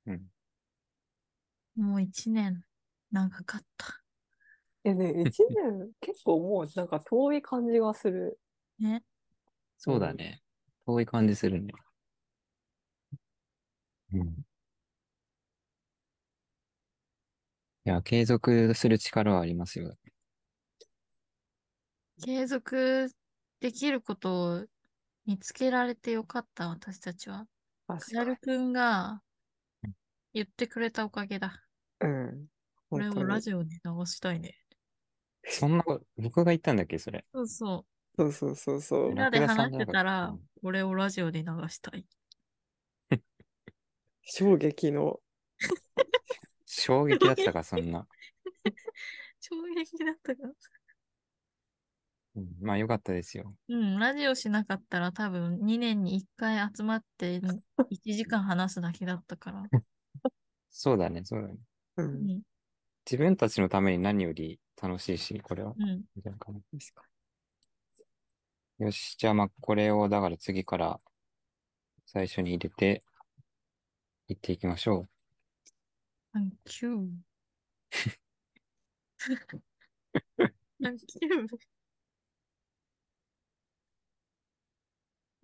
S1: うん
S2: もう一年、長かった。
S3: え、ね、一年、結構もうなんか遠い感じがする。
S2: ね。
S1: そうだね。遠い感じするね。うん。いや、継続する力はありますよ。
S2: 継続できることを見つけられてよかった、私たちは。
S3: 確
S2: くや
S3: かに
S2: る。くんが言ってくれたおかげだ。
S3: うん。
S2: これ
S3: 本当
S2: を
S3: に
S2: ラジオに流したいね。
S1: そんなこと、僕が言ったんだっけ、それ。
S2: そうそう。
S3: そうそうそうそう
S2: みん。なで
S1: ラクダさん
S2: 話
S1: じ
S2: し
S1: ゃな
S2: て
S1: かった
S2: たら
S1: うん、
S2: 俺をラジオで流したい。
S3: 衝撃の。
S1: 衝撃だったか、そんな。
S2: 衝撃だったから。
S1: うんまあよかったですよ。
S2: うん、ラジオしなかったら多分2年に1回集まって1時間話すだけだったから。
S1: そうだね、そうだね。
S4: う。
S2: うんん。
S1: 自分たちのために何より楽しいし、これは。
S2: うん。
S1: みたいな感じですか。よし、じゃあまあこれを、だから次から最初に入れて、いっていきましょう。
S2: Thank you. Thank you.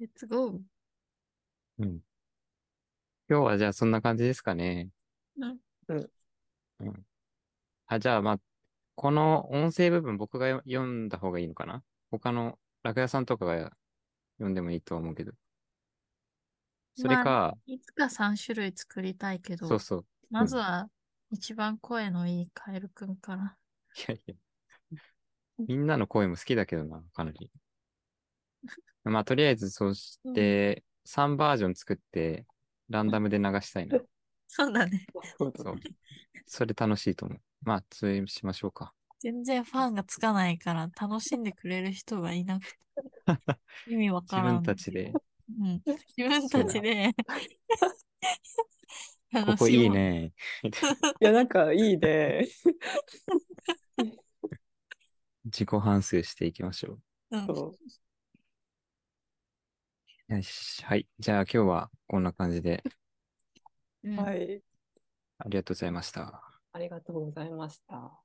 S2: Let's go.
S1: うん。今日はじゃあそんな感じですかね。
S2: うん。
S4: うん
S1: うん。あ、じゃあまあ、この音声部分僕がよ読んだ方がいいのかな他の楽屋さんとかが読んでもいいとは思うけど。それか、
S2: いつか3種類作りたいけど、
S1: そうそう。
S2: まずは一番声のいいカエルくんから。
S1: いやいや。みんなの声も好きだけどな、かなり。まあ、とりあえず、そうして、3バージョン作って、ランダムで流したいな。
S2: そうだね。
S3: そうだ
S1: そ
S3: ね
S1: う。それ楽しいと思う。まあ、それしましょうか。
S2: 全然ファンがつかないから楽しんでくれる人がいな くて。意味わか
S1: 自
S2: らん。
S1: 分たちで、
S2: うん。自分たち で。
S1: ここいい。ね。
S3: いや、なんかいいね。
S1: 自己反省していきましょ。
S2: うん
S3: そう
S1: よし。はい。じゃあ、今日はこんな感じで、
S2: う
S3: う。
S2: ん
S3: はい。
S1: ありがとうございました。
S3: ありがとうございました。